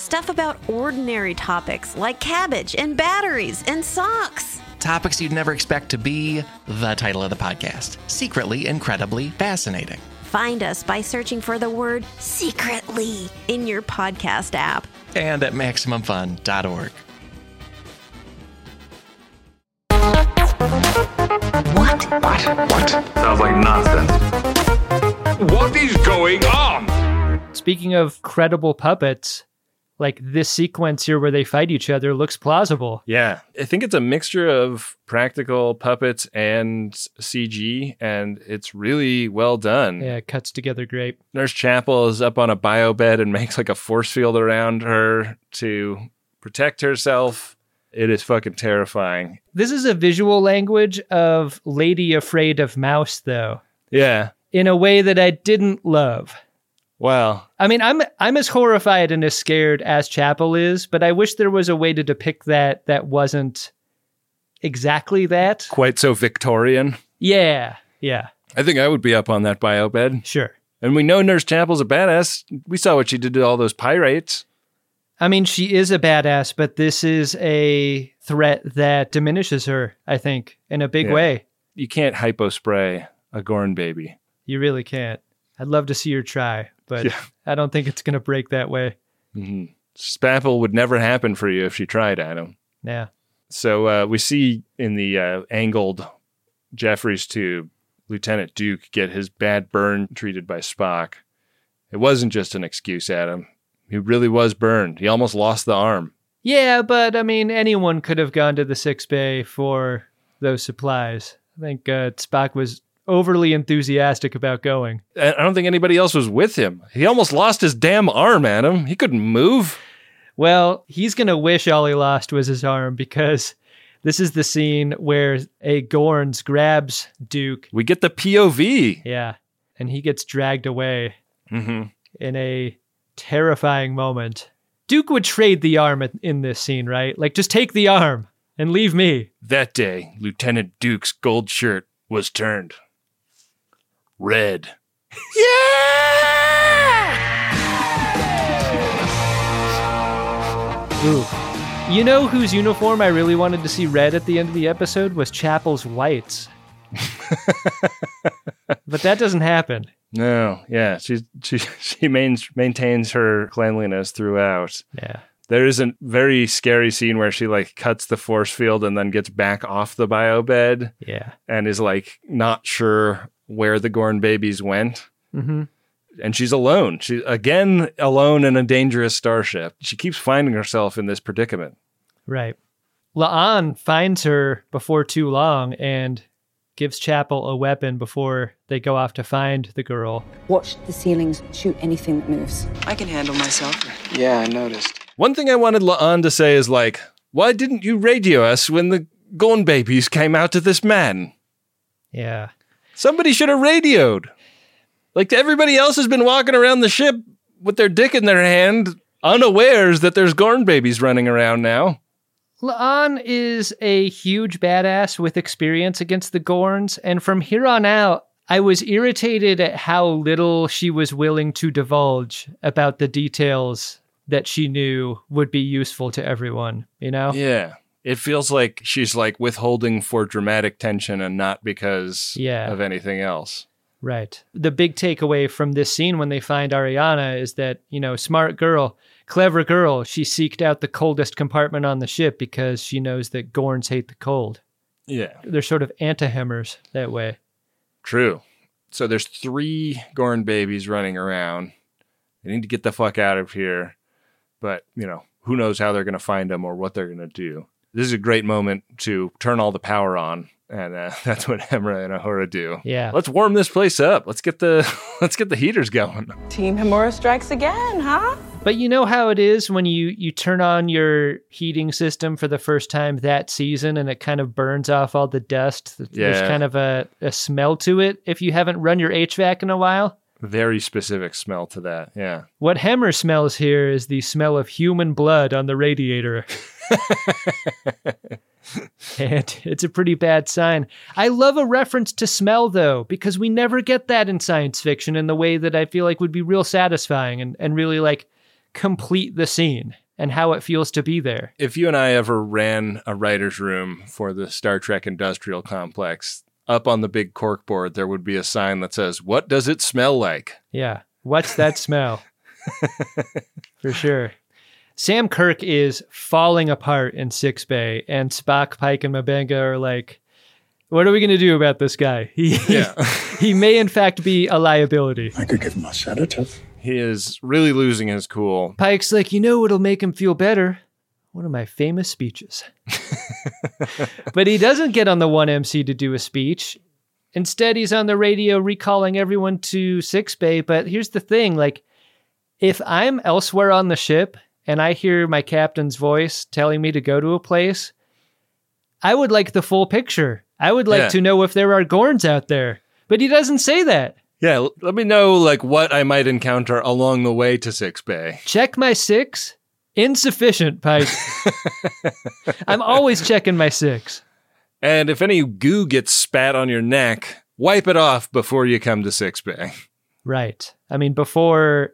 W: stuff about ordinary topics like cabbage and batteries and socks
X: topics you'd never expect to be the title of the podcast Secretly Incredibly Fascinating.
W: Find us by searching for the word secretly in your podcast app
X: and at MaximumFun.org.
Y: What? What? What?
Z: Sounds like nonsense. What is going on?
E: Speaking of credible puppets, like this sequence here where they fight each other looks plausible.
F: Yeah. I think it's a mixture of practical puppets and CG, and it's really well done.
E: Yeah, it cuts together great.
F: Nurse Chapel is up on a bio bed and <laughs> makes like a force field around her to protect herself. It is fucking terrifying.
E: This is a visual language of Lady Afraid of Mouse, though.
F: Yeah.
E: In a way that I didn't love.
F: Wow.
E: I mean, I'm I'm as horrified and as scared as Chapel is, but I wish there was a way to depict that that wasn't exactly that.
F: Quite so Victorian.
E: Yeah. Yeah.
F: I think I would be up on that bio bed.
E: Sure.
F: And we know Nurse Chapel's a badass. We saw what she did to all those pirates.
E: I mean, she is a badass, but this is a threat that diminishes her, I think, in a big yeah. way.
F: You can't hypo spray a Gorn baby.
E: You really can't. I'd love to see her try but yeah. I don't think it's going to break that way.
F: Mm-hmm. Spaffle would never happen for you if she tried, Adam.
E: Yeah.
F: So uh, we see in the uh, angled Jeffries tube, Lieutenant Duke get his bad burn treated by Spock. It wasn't just an excuse, Adam. He really was burned. He almost lost the arm.
E: Yeah, but I mean, anyone could have gone to the six bay for those supplies. I think uh, Spock was overly enthusiastic about going.
F: I don't think anybody else was with him. He almost lost his damn arm, Adam. He couldn't move.
E: Well, he's going to wish all he lost was his arm because this is the scene where a Gorns grabs Duke.
F: We get the POV.
E: Yeah. And he gets dragged away
F: mm-hmm.
E: in a terrifying moment. Duke would trade the arm in this scene, right? Like, just take the arm. and leave me.
F: That day, Lieutenant Duke's gold shirt was turned red.
E: Ooh. You know whose uniform I really wanted to see red at the end of the episode was Chapel's whites. but that doesn't happen.
F: No, yeah, she she <laughs> she main, maintains her cleanliness throughout.
E: Yeah.
F: There is a very scary scene where she like cuts the force field and then gets back off the bio bed.
E: Yeah.
F: And is like not sure where the Gorn babies went.
E: Mm-hmm.
F: And she's alone. She again alone in a dangerous starship. She keeps finding herself in this predicament.
E: Right. Laan finds her before too long and gives Chapel a weapon before they go off to find the girl.
I: Watch the ceilings. Shoot anything that moves.
J: I can handle myself.
P: Yeah, I noticed.
F: One thing I wanted Laan to say is like, why didn't you radio us when the Gorn babies came out of this man?
E: Yeah.
F: Somebody should have radioed. Like everybody else has been walking around the ship with their dick in their hand, unawares that there's Gorn babies running around now.
E: Laan is a huge badass with experience against the Gorns, and from here on out, I was irritated at how little she was willing to divulge about the details that she knew would be useful to everyone, you know?
F: Yeah. It feels like she's like withholding for dramatic tension and not because
E: yeah.
F: of anything else.
E: Right. The big takeaway from this scene when they find Ariana is that, you know, smart girl, clever girl, she seeked out the coldest compartment on the ship because she knows that Gorns hate the cold.
F: Yeah.
E: They're sort of anti-hemmers that way.
F: True. So there's three Gorn babies running around. They need to get the fuck out of here. But, you know, who knows how they're going to find them or what they're going to do. This is a great moment to turn all the power on and uh, <laughs> that's what Hemra and Ahura do.
E: Yeah,
F: let's warm this place up. Let's get the <laughs> let's get the heaters going.
J: Team Hemora strikes again, huh?
E: But you know how it is when you you turn on your heating system for the first time that season, and it kind of burns off all the dust.
F: Yeah.
E: There's kind of a, a smell to it if you haven't run your HVAC in a while.
F: Very specific smell to that. Yeah.
E: What Hemmer smells here is the smell of human blood on the radiator. and it's a pretty bad sign. I love a reference to smell though, because we never get that in science fiction in the way that I feel like would be real satisfying and, and really like complete the scene and how it feels to be there.
F: If you and I ever ran a writer's room for the Star Trek Industrial Complex, up on the big cork board there would be a sign that says, What does it smell like?
E: Yeah. What's that smell? for sure. Sam Kirk is falling apart in Six Bay, and Spock, Pike, and Mabenga are like, "What are we going to do about this guy? He,
F: yeah.
E: <laughs> he may in fact be a liability."
S: I could give him a sedative.
F: <laughs> He is really losing his cool.
E: Pike's like, "You know what'll make him feel better? One of my famous speeches." but he doesn't get on the one MC to do a speech. Instead, he's on the radio recalling everyone to Six Bay. But here's the thing: like, if I'm elsewhere on the ship and I hear my captain's voice telling me to go to a place, I would like the full picture. I would like
F: Yeah.
E: to know if there are Gorns out there. But he doesn't say that.
F: Yeah, l- let me know like what I might encounter along the way to Six Bay.
E: Check my six. Insufficient, Pike. I'm always checking my six.
F: And if any goo gets spat on your neck, wipe it off before you come to Six Bay.
E: Right. I mean, before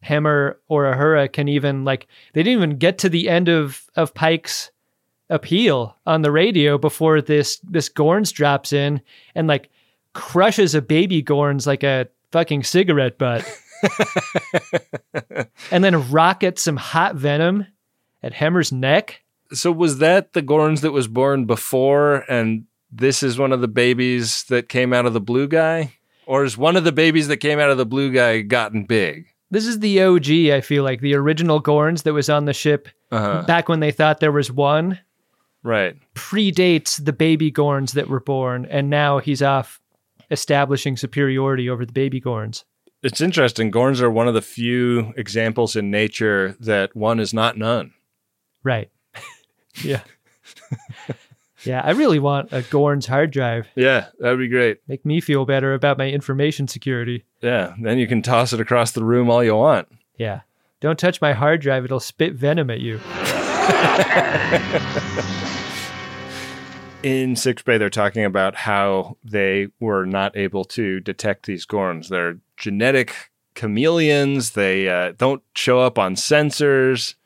E: Hammer or Ahura can even like they didn't even get to the end of of Pike's appeal on the radio before this this Gorns drops in and like crushes a baby Gorns like a fucking cigarette butt. and then rockets some hot venom at Hammer's neck.
F: So was that the Gorns that was born before and this is one of the babies that came out of the blue guy? Or is one of the babies that came out of the blue guy gotten big?
E: This is the OG, I feel like, the original Gorns that was on the ship
F: Uh-huh.
E: back when they thought there was one.
F: Right.
E: predates the baby Gorns that were born, and now he's off establishing superiority over the baby Gorns.
F: It's interesting. Gorns are one of the few examples in nature that one is not none.
E: Right. <laughs> yeah. yeah, I really want a Gorns hard drive.
F: Yeah, that'd be great.
E: Make me feel better about my information security.
F: Yeah, then you can toss it across the room all you want.
E: Yeah. Don't touch my hard drive, it'll spit venom at you.
F: In Sixth Bay, they're talking about how they were not able to detect these Gorms. They're genetic chameleons. They uh, don't show up on sensors.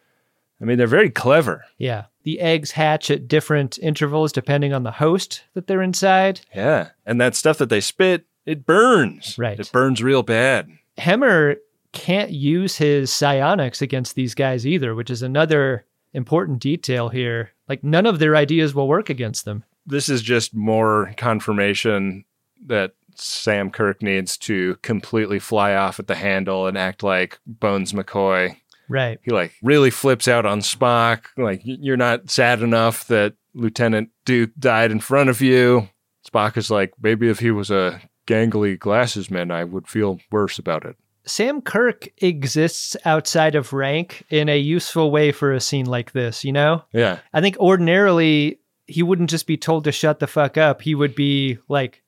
F: I mean, they're very clever.
E: Yeah. The eggs hatch at different intervals depending on the host that they're inside.
F: Yeah. And that stuff that they spit, it burns.
E: Right.
F: It burns real bad.
E: Hemmer can't use his psionics against these guys either, which is another important detail here. Like, none of their ideas will work against them.
F: This is just more confirmation that Sam Kirk needs to completely fly off at the handle and act like Bones McCoy.
E: Right.
F: He like really flips out on Spock. Like, y- you're not sad enough that Lieutenant Duke died in front of you. Spock is like, maybe if he was a gangly glasses man, I would feel worse about it.
E: Sam Kirk exists outside of rank in a useful way for a scene like this, you know?
F: Yeah.
E: I think ordinarily he wouldn't just be told to shut the fuck up. He would be like,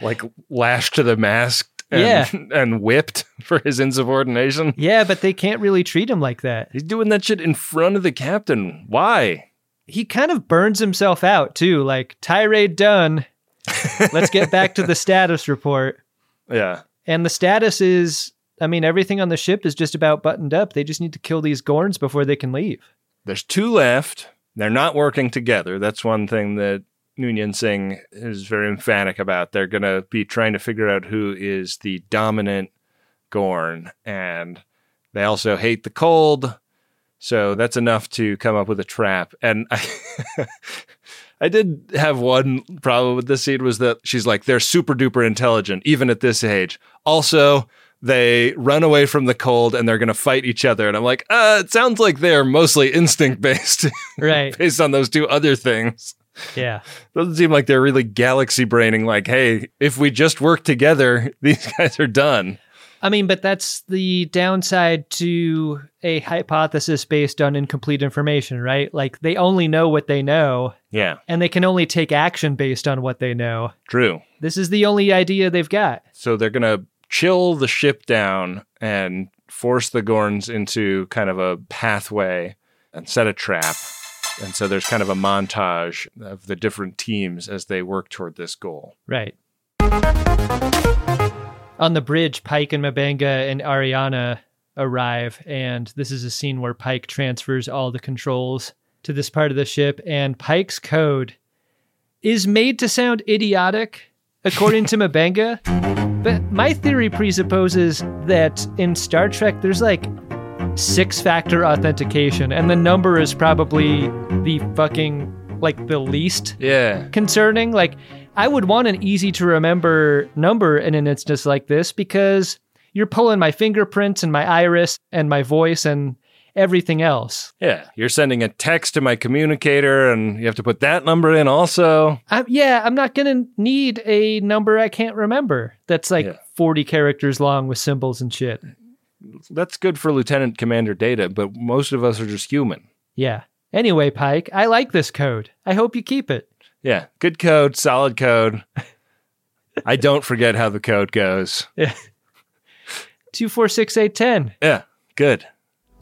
F: Like lashed to the mast and,
E: Yeah.
F: <laughs> and whipped for his insubordination.
E: yeah, but they can't really treat him like that.
F: He's doing that shit in front of the captain. Why?
E: He kind of burns himself out too, like, tirade done. Let's get back to the status report.
F: Yeah.
E: And the status is, I mean, everything on the ship is just about buttoned up. They just need to kill these Gorns before they can leave.
F: There's two left. They're not working together. That's one thing that Noonien Singh is very emphatic about. They're going to be trying to figure out who is the dominant Gorn. And they also hate the cold. So that's enough to come up with a trap. And <laughs> I, I did have one problem with this scene was that she's like, they're super duper intelligent, even at this age. Also, they run away from the cold and they're going to fight each other. And I'm like, uh, it sounds like they're mostly instinct based,
E: Right.
F: <laughs> based on those two other things.
E: Yeah.
F: Doesn't seem like they're really galaxy braining, like, hey, if we just work together, <laughs> these guys are done.
E: I mean, but that's the downside to a hypothesis based on incomplete information, right? Like they only know what they know
F: Yeah,
E: and they can only take action based on what they know.
F: true.
E: This is the only idea they've got.
F: So they're going to chill the ship down and force the Gorns into kind of a pathway and set a trap. And so there's kind of a montage of the different teams as they work toward this goal.
E: Right. On the bridge, Pike and Mabanga and Ariana arrive, and this is a scene where Pike transfers all the controls to this part of the ship, and Pike's code is made to sound idiotic, according to <laughs> Mabanga. But my theory presupposes that in Star Trek, there's like six factor authentication, and the number is probably the fucking, like, the least
F: Yeah.
E: concerning. Like, I would want an easy to remember number in an instance like this because you're pulling my fingerprints and my iris and my voice and everything else.
F: Yeah. You're sending a text to my communicator and you have to put that number in also.
E: I, yeah, I'm not going to need a number I can't remember that's like
F: Yeah.
E: 40 characters long with symbols and shit.
F: That's good for Lieutenant Commander Data, but most of us are just human.
E: Yeah. Anyway, Pike, I like this code. I hope you keep it.
F: Yeah. Good code, solid code. <laughs> I don't forget how the code goes.
E: Yeah. 246810.
F: Yeah. Good.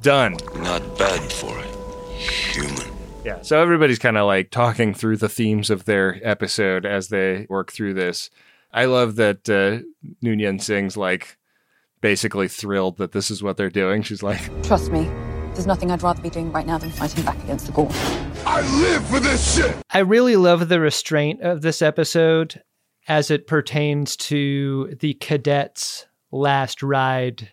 F: Done.
B: Not bad for it. Human.
F: Yeah. So everybody's kind of like talking through the themes of their episode as they work through this. I love that uh, Noonien Singh's like basically thrilled that this is what they're doing.
B: <laughs>
F: She's like,
I: Trust me, there's nothing I'd rather be doing right now than fighting back against the Gorn.
Z: I live for this shit.
E: I really love the restraint of this episode as it pertains to the cadets' last ride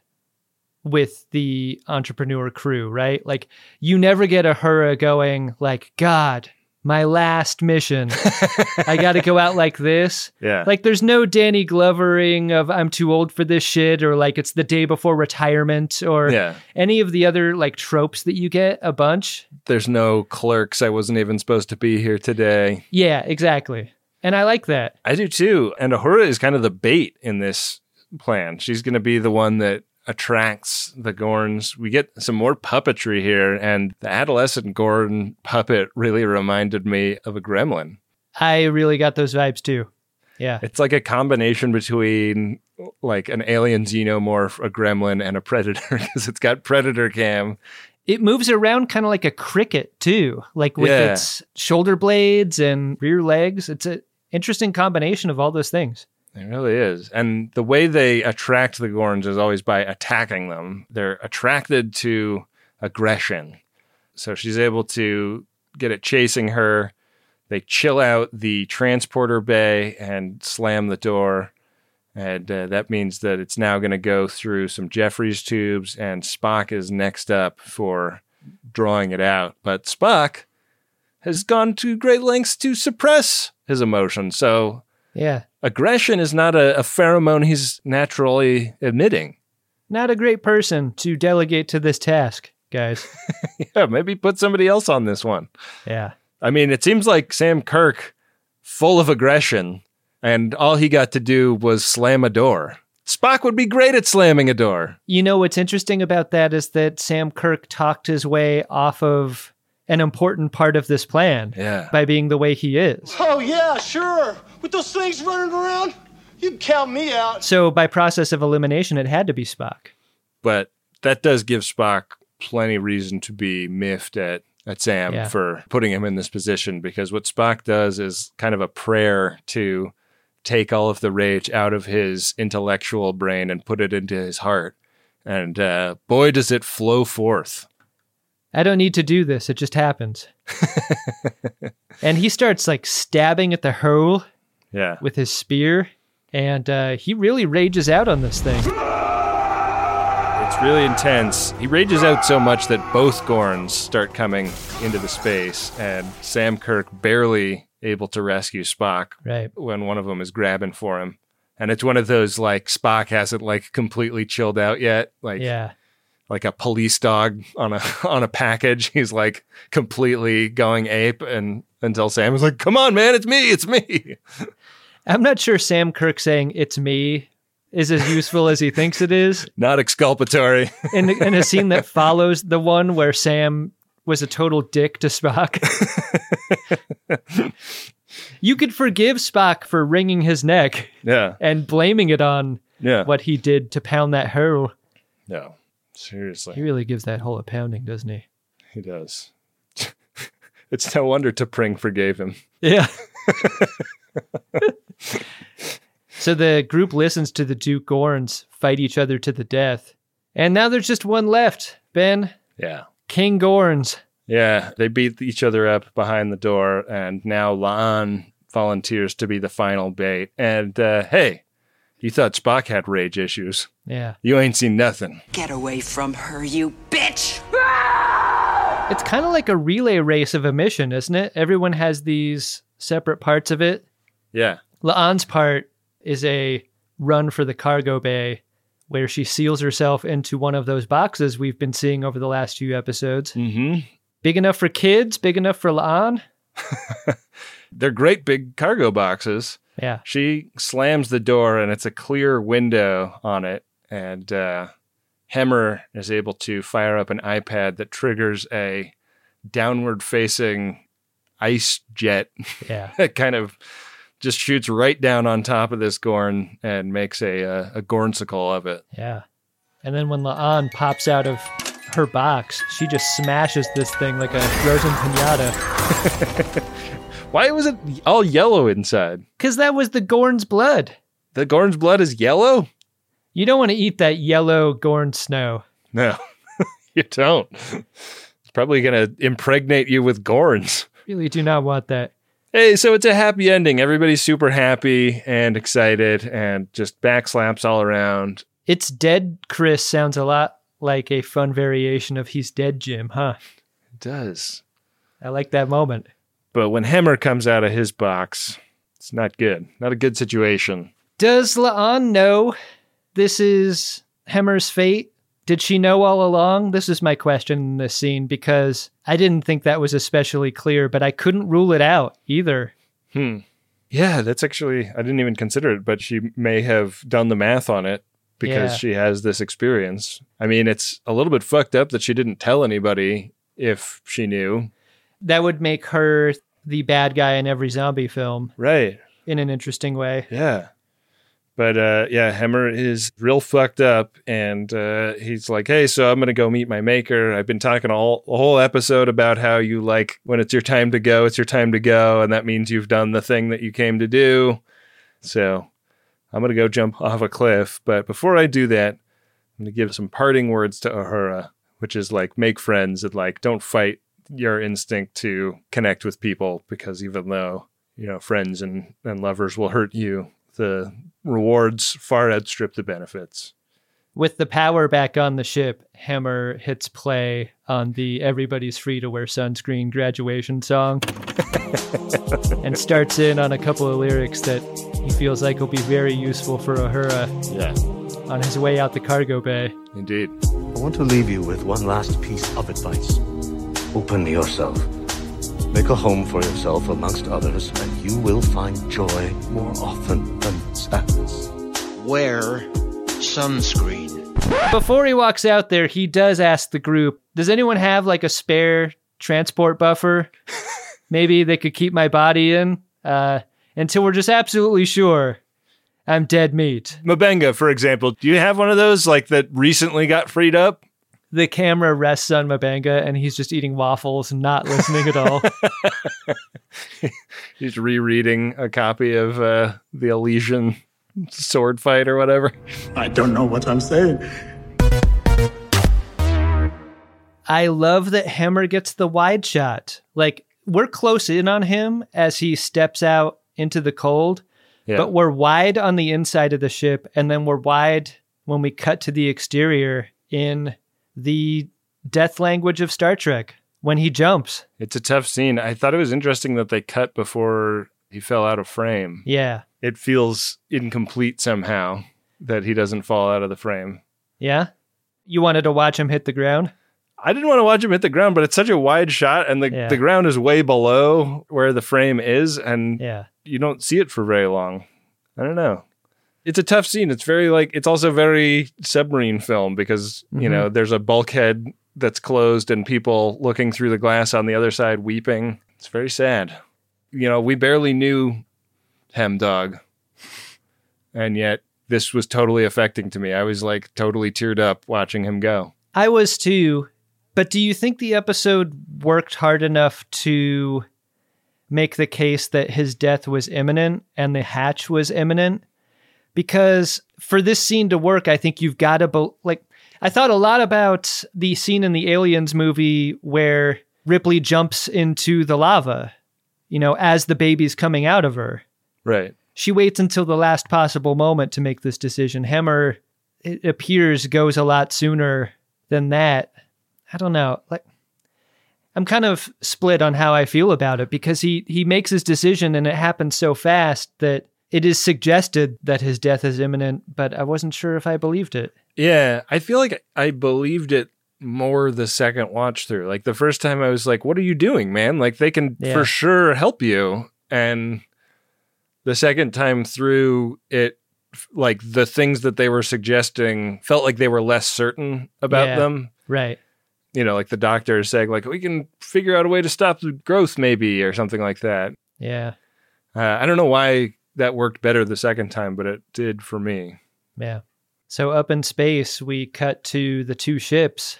E: with the entrepreneur crew, right? Like you never get a hurrah going like god, my last mission.
F: <laughs>
E: I got to go out like this.
F: Yeah.
E: Like there's no Danny Glovering of I'm too old for this shit or like it's the day before retirement or
F: Yeah.
E: any of the other like tropes that you get a bunch.
F: there's no clerks. I wasn't even supposed to be here today.
E: Yeah, exactly. And I like that.
F: I do too. And Ahura is kind of the bait in this plan. She's going to be the one that attracts the Gorns. We get some more puppetry here, and the adolescent Gorn puppet really reminded me of a gremlin.
E: I really got those vibes too. Yeah.
F: It's like a combination between <laughs> like an alien xenomorph, a gremlin, and a predator because it's got predator cam
E: It moves around kind of like a cricket too, like with
F: Yeah.
E: its shoulder blades and rear legs. It's an interesting combination of all those things.
F: It really is. And the way they attract the Gorns is always by attacking them. They're attracted to aggression. So she's able to get it chasing her. They chill out the transporter bay and slam the door. And uh, that means that it's now going to go through some Jeffries tubes, and Spock is next up for drawing it out. But Spock has gone to great lengths to suppress his emotion. So
E: Yeah.
F: aggression is not a, a pheromone he's naturally emitting. <laughs>
E: Not a great person to delegate to this task,
F: <laughs>
E: guys.
F: yeah, maybe put somebody else on this one.
E: Yeah.
F: I mean, it seems like Sam Kirk, full of aggression, and all he got to do was slam a door. Spock would be great at slamming a door.
E: You know what's interesting about that is that Sam Kirk talked his way off of an important part of this plan
F: yeah.
E: by being the way he is.
A: Oh, yeah, sure. With those things running around, you can count me out.
E: So by process of elimination, it had to be Spock.
F: But that does give Spock plenty reason to be miffed at at Sam
E: Yeah.
F: for putting him in this position because what Spock does is kind of a prayer to take all of the rage out of his intellectual brain and put it into his heart. And uh, boy, does it flow forth.
E: I don't need to do this. It just happens. and he starts like stabbing at the hole
F: Yeah.
E: with his spear. And uh, he really rages out on this thing.
F: It's really intense. He rages out so much that both Gorns start coming into the space, and Sam Kirk barely able to rescue Spock
E: Right.
F: when one of them is grabbing for him. And it's one of those like Spock hasn't like completely chilled out yet, like
E: Yeah.
F: like a police dog on a <laughs> on a package. He's like completely going ape, and until Sam is like, "Come on, man, it's me, it's me." <laughs>
E: I'm not sure Sam Kirk saying it's me is as useful as he thinks it is
F: Not exculpatory. <laughs>
E: in, in a scene that follows the one where Sam was a total dick to Spock. you could forgive Spock for wringing his neck
F: yeah,
E: and blaming it on
F: yeah,
E: what he did to pound that hole.
F: no, seriously.
E: He really gives that hole a pounding, doesn't he?
F: He does. <laughs> it's no wonder T'Pring forgave him.
E: Yeah. <laughs> so the group listens to the two Gorns fight each other to the death. And now there's just one left, Ben.
F: Yeah.
E: King Gorns.
F: Yeah. They beat each other up behind the door, and now Laan volunteers to be the final bait. And uh, hey, you thought Spock had rage issues.
E: Yeah.
F: You ain't seen nothing.
J: Get away from her, you bitch!
E: It's kind of like a relay race of a mission, isn't it? Everyone has these separate parts of it.
F: Yeah.
E: Laan's part is a run for the cargo bay where she seals herself into one of those boxes we've been seeing over the last few episodes.
F: Mm-hmm.
E: Big enough for kids, big enough for Laan.
F: They're great big cargo boxes.
E: Yeah.
F: She slams the door, and it's a clear window on it. And uh, Hemmer is able to fire up an iPad that triggers a downward facing ice jet <laughs>
E: Yeah.
F: that kind of just shoots right down on top of this Gorn and makes a, uh, a Gornsicle of it.
E: Yeah. And then when Laan pops out of her box, she just smashes this thing like a frozen pinata.
F: Why was it all yellow inside?
E: Because that was the Gorn's blood.
F: The Gorn's blood is yellow?
E: You don't want to eat that yellow Gorn snow.
F: No, <laughs> you don't. It's probably going to impregnate you with Gorns.
E: Really do not want that.
F: Hey, so it's a happy ending. Everybody's super happy and excited and just backslaps all around.
E: It's dead Chris sounds a lot like a fun variation of He's Dead Jim, huh?
F: It does.
E: I like that moment.
F: But when Hemmer comes out of his box, it's not good. Not a good situation.
E: Does Laan know this is Hemmer's fate? Did she know all along? This is my question in this scene because I didn't think that was especially clear, but I couldn't rule it out either.
F: Hmm. Yeah, that's actually, I didn't even consider it, but she may have done the math on it because
E: Yeah.
F: she has this experience. I mean, it's a little bit fucked up that she didn't tell anybody if she knew.
E: That would make her the bad guy in every zombie film
F: Right.
E: in an interesting way.
F: Yeah. But uh, yeah, Hammer is real fucked up, and uh, he's like, "Hey, so I'm gonna go meet my maker. I've been talking all a whole episode about how you like when it's your time to go, it's your time to go, and that means you've done the thing that you came to do. So I'm gonna go jump off a cliff. But before I do that, I'm gonna give some parting words to Ahura, which is like make friends and like don't fight your instinct to connect with people because even though you know friends and and lovers will hurt you." The rewards far outstrip the benefits.
E: With the power back on the ship, Hammer hits play on the Everybody's Free to Wear Sunscreen graduation song and starts in on a couple of lyrics that he feels like will be very useful for Ahura.
F: Yeah.
E: On his way out the cargo bay.
F: Indeed.
R: I want to leave you with one last piece of advice. Open yourself. Make a home for yourself amongst others, and you will find joy more often than sadness.
D: Wear sunscreen.
E: Before he walks out there, he does ask the group Does anyone have like a spare transport buffer? Maybe they could keep my body in uh, until we're just absolutely sure. I'm dead meat.
F: Mabenga, for example, do you have one of those like that recently got freed up?
E: the camera rests on Mabanga and he's just eating waffles and not listening at all.
F: he's rereading a copy of uh, the Elysian sword fight or whatever.
G: I don't know what I'm saying.
E: I love that Hammer gets the wide shot. Like, we're close in on him as he steps out into the cold, yeah. but we're wide on the inside of the ship, and then we're wide when we cut to the exterior in the death language of Star Trek when he jumps.
F: It's a tough scene. I thought it was interesting that they cut before he fell out of frame.
E: Yeah.
F: It feels incomplete somehow that he doesn't fall out of the frame.
E: Yeah. You wanted to watch him hit the ground?
F: I didn't want to watch him hit the ground, but it's such a wide shot and the, yeah. the ground is way below where the frame is and
E: yeah.
F: you don't see it for very long. I don't know it's a tough scene. It's very like it's also very submarine film because you mm-hmm. know there's a bulkhead that's closed and people looking through the glass on the other side weeping. It's very sad. You know, we barely knew Hemdog, and yet this was totally affecting to me. I was like totally teared up watching him go.
E: I was too. But do you think the episode worked hard enough to make the case that his death was imminent and the hatch was imminent? because for this scene to work, I think you've got to be- like. I thought a lot about the scene in the Aliens movie where Ripley jumps into the lava, you know, as the baby's coming out of her.
F: Right.
E: She waits until the last possible moment to make this decision. Hammer, it appears, goes a lot sooner than that. I don't know. Like, I'm kind of split on how I feel about it because he he makes his decision and it happens so fast that it is suggested that his death is imminent, but I wasn't sure if I believed it.
F: Yeah, I feel like I believed it more the second watch through. Like the first time I was like, what are you doing, man? Like they can yeah. for sure help you. And the second time through, it like the things that they were suggesting felt like they were less certain about yeah, them.
E: Right.
F: You know, like the doctor is saying, like, we can figure out a way to stop the growth, maybe, or something like that.
E: Yeah.
F: Uh, I don't know why that worked better the second time, but it did for me.
E: Yeah. So up in space, we cut to the two ships.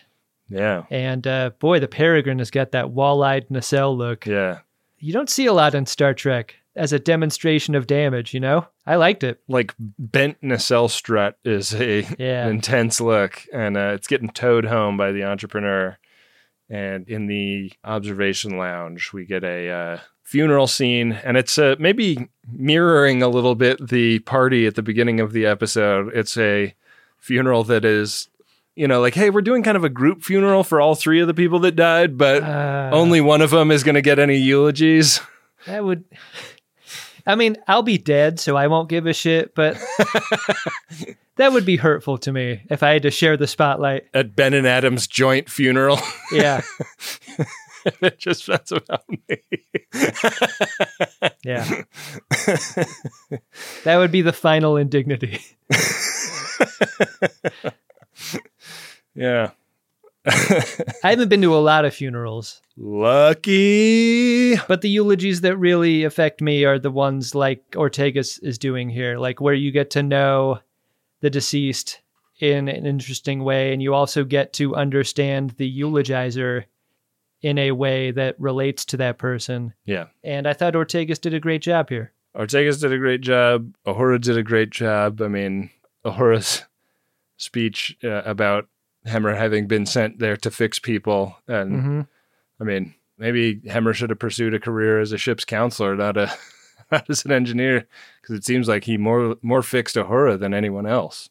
F: Yeah.
E: And uh, boy, the Peregrine has got that wall-eyed nacelle look.
F: Yeah.
E: You don't see a lot in Star Trek as a demonstration of damage. You know, I liked it.
F: Like bent nacelle strut is a yeah. <laughs> intense look, and uh, it's getting towed home by the entrepreneur. And in the observation lounge, we get a uh, funeral scene and it's uh, maybe mirroring a little bit the party at the beginning of the episode it's a funeral that is you know like hey we're doing kind of a group funeral for all three of the people that died but uh, only one of them is going to get any eulogies
E: that would i mean i'll be dead so i won't give a shit but that would be hurtful to me if i had to share the spotlight
F: at ben and adam's joint funeral <laughs>
E: yeah
F: it just that's about me.
E: yeah. that would be the final indignity.
F: yeah.
E: I haven't been to a lot of funerals.
F: Lucky.
E: But the eulogies that really affect me are the ones like Ortegas is doing here, like where you get to know the deceased in an interesting way and you also get to understand the eulogizer in a way that relates to that person.
F: Yeah.
E: And I thought Ortegas did a great job here.
F: Ortegas did a great job. Ahura did a great job. I mean, Ahura's speech uh, about Hemmer having been sent there to fix people. And
E: Mm-hmm.
F: I mean, maybe Hemmer should have pursued a career as a ship's counselor, not a <laughs> not as an engineer, because it seems like he more more fixed Ahura than anyone else.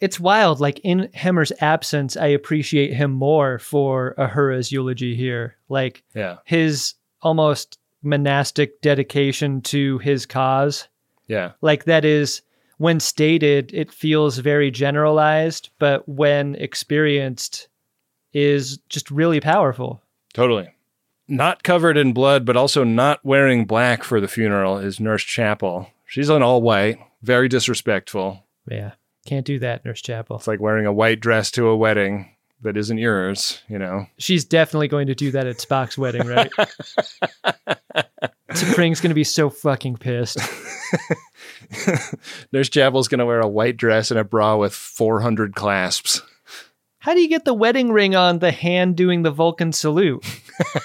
E: It's wild. Like in Hemmer's absence, I appreciate him more for Ahura's eulogy here. Like
F: Yeah,
E: his almost monastic dedication to his cause.
F: yeah,
E: Like that is when stated, it feels very generalized, but when experienced, is just really powerful.
F: totally. Not covered in blood, but also not wearing black for the funeral is Nurse Chapel. She's in all white, very disrespectful.
E: Yeah. Can't do that, Nurse Chapel.
F: It's like wearing a white dress to a wedding that isn't yours, you know.
E: She's definitely going to do that at Spock's wedding, right? Spring's going to be so fucking pissed.
F: Nurse Chapel's gonna wear a white dress and a bra with four hundred clasps.
E: How do you get the wedding ring on the hand doing the Vulcan salute?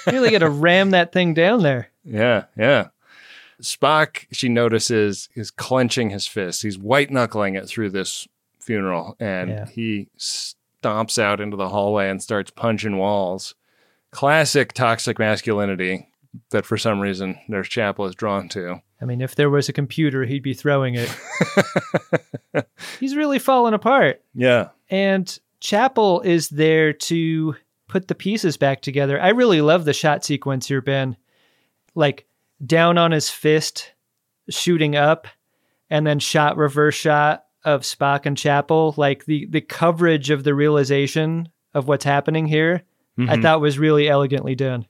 E: You really got to ram that thing down there.
F: Yeah, yeah. Spock, she notices, is clenching his fist. He's white knuckling it through this funeral, and
E: Yeah.
F: he stomps out into the hallway and starts punching walls. Classic toxic masculinity that for some reason Nurse Chapel is drawn to.
E: I mean, if there was a computer, he'd be throwing it. He's really falling apart.
F: Yeah.
E: And Chapel is there to put the pieces back together. I really love the shot sequence here, Ben. Like down on his fist, shooting up, and then shot reverse shot of Spock and Chapel. Like the the coverage of the realization of what's happening here, I
F: Mhm.
E: thought was really elegantly done.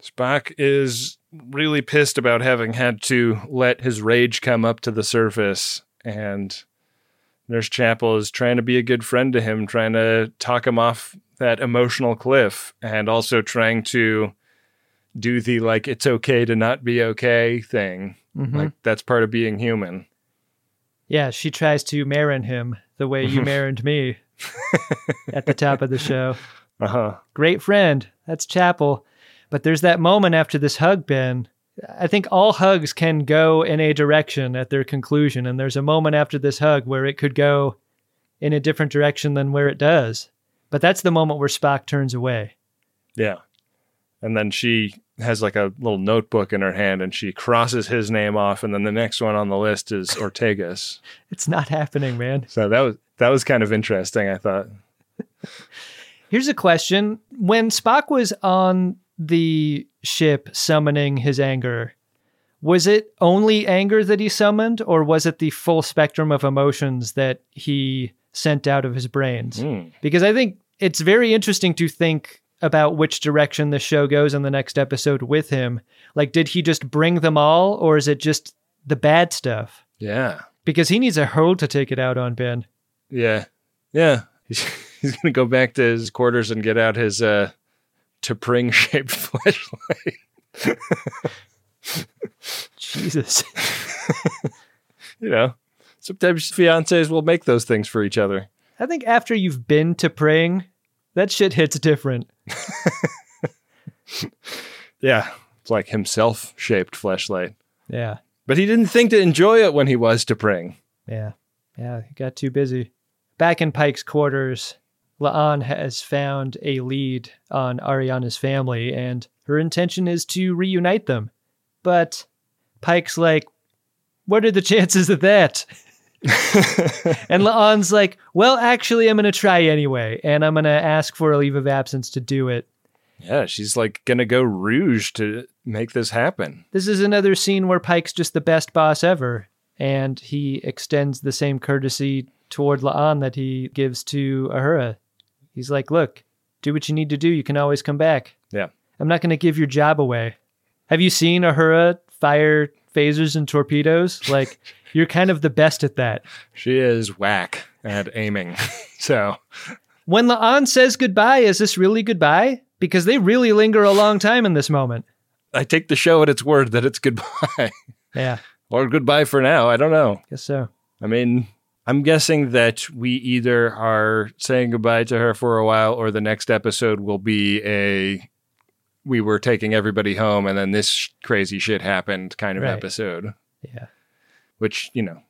F: Spock is really pissed about having had to let his rage come up to the surface and Nurse Chapel is trying to be a good friend to him, trying to talk him off that emotional cliff and also trying to do the like it's okay to not be okay thing.
E: Mhm.
F: Like that's part of being human.
E: Yeah, she tries to marin him the way you marined me at the top of the show.
F: Uh-huh.
E: Great friend. That's Chapel. But there's that moment after this hug, Ben. I think all hugs can go in a direction at their conclusion. And there's a moment after this hug where it could go in a different direction than where it does. But that's the moment where Spock turns away.
F: Yeah. And then she has like a little notebook in her hand and she crosses his name off and then the next one on the list is Ortegas.
E: It's not happening, man.
F: So that was that was kind of interesting, I thought.
E: Here's a question. When Spock was on the ship summoning his anger, was it only anger that he summoned, or was it the full spectrum of emotions that he sent out of his brains?
F: Hmm.
E: Because I think it's very interesting to think about which direction the show goes in the next episode with him. Like, did he just bring them all, or is it just the bad stuff?
F: Yeah.
E: Because he needs a hurl to take it out on Ben.
F: Yeah. Yeah. He's, <laughs> he's going to go back to his quarters and get out his uh T'Pring <laughs> shaped flashlight.
E: Jesus. <laughs>
F: You know, sometimes fiancés will make those things for each other.
E: I think after you've been to praying, that shit hits different.
F: Yeah. It's like himself shaped flashlight.
E: Yeah.
F: But he didn't think to enjoy it when he was T'Pring.
E: Yeah. Yeah. he Got too busy. Back in Pike's quarters, Laan has found a lead on Ariana's family, and her intention is to reunite them. But Pike's like, What are the chances of <laughs> that? and Laan's like, Well, actually, I'm going to try anyway, and I'm going to ask for a leave of absence to do it.
F: Yeah, she's like going to go rouge to make this happen.
E: This is another scene where Pike's just the best boss ever, and he extends the same courtesy toward Laan that he gives to Ahura. He's like, Look, do what you need to do. You can always come back.
F: Yeah.
E: I'm not going to give your job away. Have you seen Ahura fire phasers and torpedoes? Like, you're kind of the best at that.
F: She is whack at aiming. <laughs> so
E: When Laan says goodbye, is this really goodbye? Because they really linger a long time in this moment.
F: I take the show at its word that it's goodbye.
E: Yeah.
F: or goodbye for now. I don't know.
E: Guess so.
F: I mean, I'm guessing that we either are saying goodbye to her for a while or the next episode will be a we were taking everybody home and then this sh- crazy shit happened kind of
E: Right.
F: episode,
E: Yeah.
F: which, you know,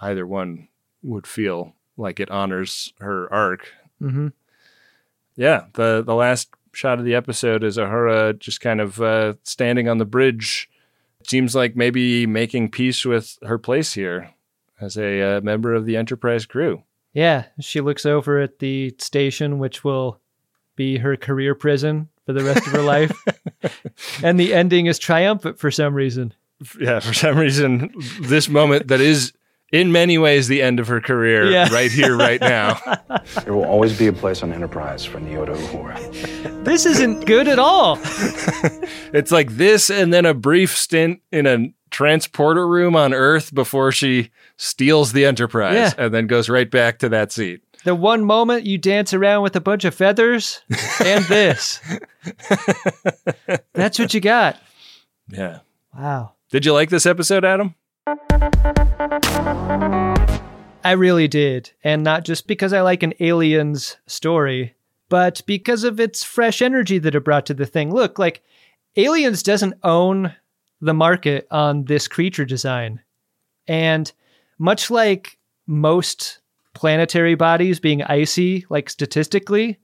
F: either one would feel like it honors her arc.
E: Mm-hmm.
F: Yeah, the the last shot of the episode is Ahura just kind of uh, standing on the bridge. Seems like maybe making peace with her place here as a uh, member of the Enterprise crew.
E: Yeah. She looks over at the station, which will be her career prison for the rest of her life. And the ending is triumphant for some reason.
F: Yeah, for some reason, this moment that is in many ways the end of her career,
E: Yeah.
F: right here,
E: <laughs>
F: right now.
H: There will always be a place on Enterprise for Neota Uhura.
E: This isn't good at all.
F: It's like this, and then a brief stint in a transporter room on Earth before she steals the Enterprise,
E: Yeah.
F: and then goes right back to that seat.
E: The one moment you dance around with a bunch of feathers and this. That's what you got.
F: Yeah.
E: Wow.
F: Did you like this episode, Adam?
E: I really did. And not just because I like an alien's story, but because of its fresh energy that it brought to the thing. Look, like aliens doesn't own the market on this creature design. And much like most planetary bodies being icy, like statistically,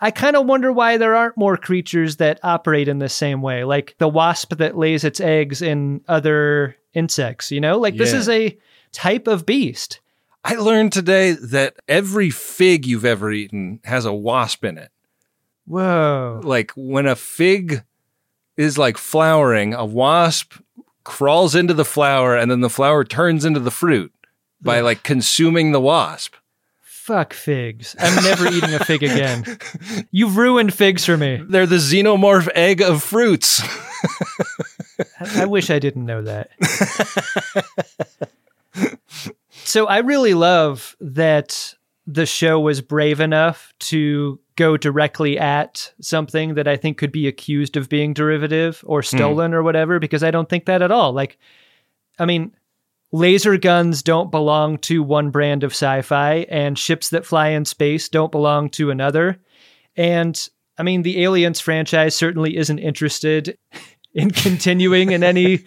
E: I kind of wonder why there aren't more creatures that operate in the same way, like the wasp that lays its eggs in other insects, you know? Like this
F: Yeah.
E: is a type of beast.
F: I learned today that every fig you've ever eaten has a wasp in it.
E: Whoa.
F: Like when a fig is like flowering, a wasp crawls into the flower and then the flower turns into the fruit by like consuming the wasp.
E: Fuck figs. I'm never eating a fig again. You've ruined figs for me.
F: They're the xenomorph egg of fruits. <laughs>
E: I, I wish I didn't know that. <laughs> so I really love that the show was brave enough to go directly at something that I think could be accused of being derivative or stolen or whatever, because I don't think that at all. Like, I mean, laser guns don't belong to one brand of sci fi, and ships that fly in space don't belong to another. And I mean, the Aliens franchise certainly isn't interested in continuing in any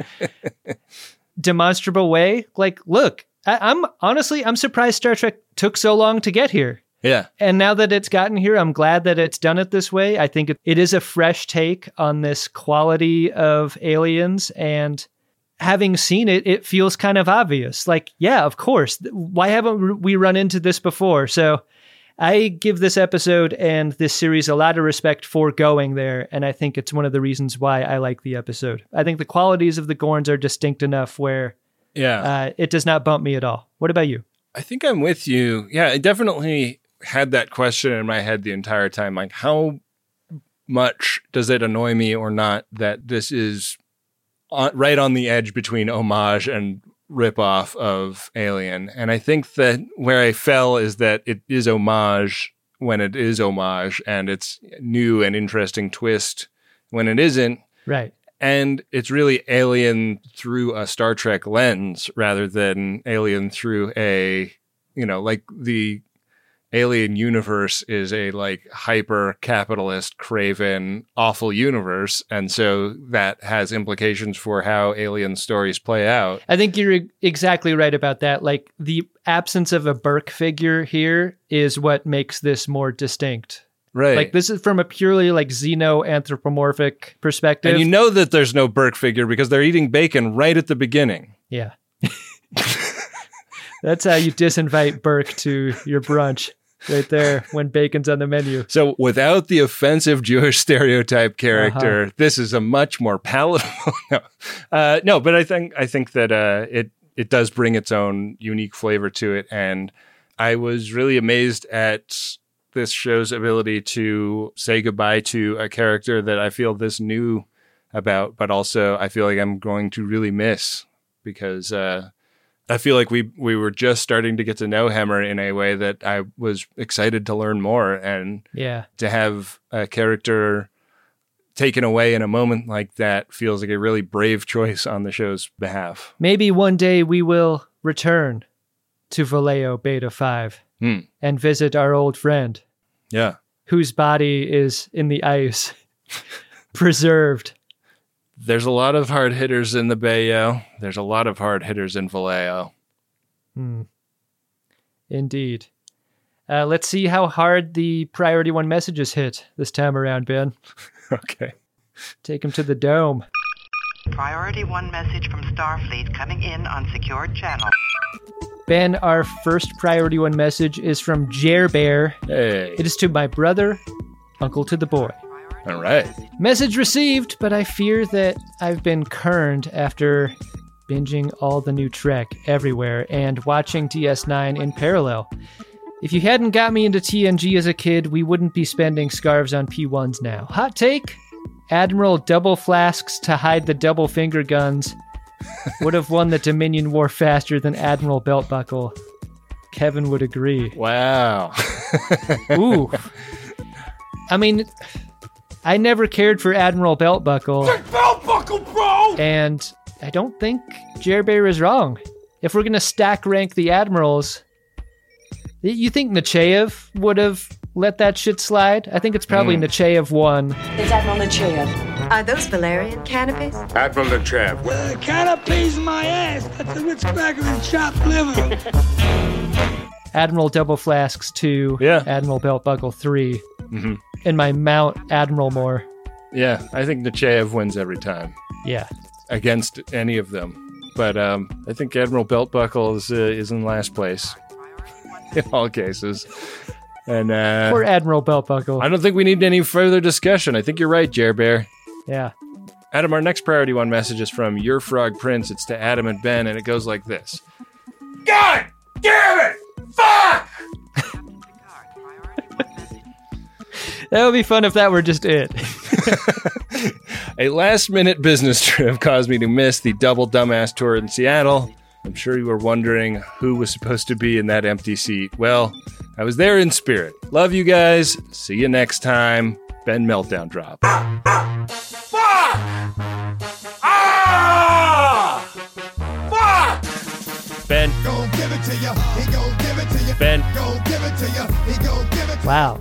E: demonstrable way. Like, look, I, I'm honestly, I'm surprised Star Trek took so long to get here.
F: yeah.
E: And now that it's gotten here, I'm glad that it's done it this way. I think it, it is a fresh take on this quality of aliens. And having seen it, it feels kind of obvious. Like, yeah, of course. Th- Why haven't we run into this before? So I give this episode and this series a lot of respect for going there. And I think it's one of the reasons why I like the episode. I think the qualities of the Gorns are distinct enough where
F: Yeah.
E: uh, it does not bump me at all. What about you?
F: I think I'm with you. Yeah, I definitely had that question in my head the entire time. Like, how much does it annoy me or not that this is on, right on the edge between homage and ripoff of Alien? And I think that where I fell is that it is homage when it is homage and it's new and interesting twist when it isn't
E: Right.
F: and it's really alien through a Star Trek lens rather than alien through a you know like the alien universe is a like hyper capitalist craven awful universe and so that has implications for how alien stories play out
E: I think you're e-, exactly right about that. Like the absence of a Burke figure here is what makes this more distinct.
F: right
E: Like this is from a purely like xeno-anthropomorphic perspective.
F: and you know that there's no Burke figure because they're eating bacon right at the beginning
E: yeah. <laughs> That's how you disinvite Burke to your brunch right there when bacon's on the menu.
F: so without the offensive Jewish <laughs> stereotype character, this is a much more palatable. <laughs> no, uh, no, but I think I think that uh, it it does bring its own unique flavor to it, and I was really amazed at this show's ability to say goodbye to a character that I feel this new about, but also I feel like I'm going to really miss because uh, I feel like we we were just starting to get to know Hammer in a way that I was excited to learn more and
E: Yeah.
F: to have a character taken away in a moment like that feels like a really brave choice on the show's behalf.
E: Maybe one day we will return to Vallejo Beta 5
F: Hmm.
E: and visit our old friend
F: Yeah.
E: whose body is in the ice, <laughs> preserved.
F: There's a lot of hard hitters in the Bayo. There's a lot of hard hitters in Vallejo.
E: Hmm. Indeed. Uh, let's see how hard the priority one messages hit this time around, Ben.
F: okay.
E: Take him to the dome.
K: Priority one message from Starfleet coming in on secured channel.
E: Ben, our first priority one message is from Jer Bear.
F: Hey.
E: It is to my brother, uncle to the boy.
F: All right.
E: Message received, but I fear that I've been kerned after binging all the new Trek everywhere and watching DS9 in parallel. If you hadn't got me into TNG as a kid, we wouldn't be spending scarves on P1s now. Hot take? Admiral Double Flasks to hide the double finger guns would have won the Dominion War faster than Admiral Belt Buckle. Kevin would agree.
F: <laughs> Wow.
E: Ooh. I mean, I never cared for Admiral Beltbuckle,
Z: Belt buckle, bro!
E: and I don't think Jer Bear is wrong. If we're going to stack rank the admirals, y- you think Nechayev would have let that shit slide? I think it's probably
L: Hmm.
E: Nechayev 1.
L: It's Admiral Nechayev. Are those Valerian canopies?
Z: Admiral Lechev.
L: Well, the canopies my ass. That's a rich bag of chopped liver.
E: Admiral Double Flasks 2, Admiral Beltbuckle 3,
F: hmm
E: and my Mount Admiral Moore.
F: Yeah, I think Nechayev wins every time
E: Yeah.
F: against any of them. But um, I think Admiral Beltbuckle is, uh, is in last place <laughs> in all cases. And uh,
E: Poor Admiral Beltbuckle.
F: I don't think we need any further discussion. I think you're right, Jer Bear.
E: Yeah.
F: Adam, our next priority one message is from Your Frog Prince. It's to Adam and Ben, and it goes like this God damn it! Fuck!
E: That would be fun if that were just it.
F: A last minute business <laughs> trip caused me to miss the double dumbass tour in Seattle. I'm sure you were wondering who was supposed to be in that empty seat. Well, I was there in spirit. Love you guys. See you next time. Ben Meltdown Drop. Ben.
M: Gon' give it to you. He gon' give it to you.
F: Ben.
M: Gon' give it to you. He gon' give it to
E: Wow.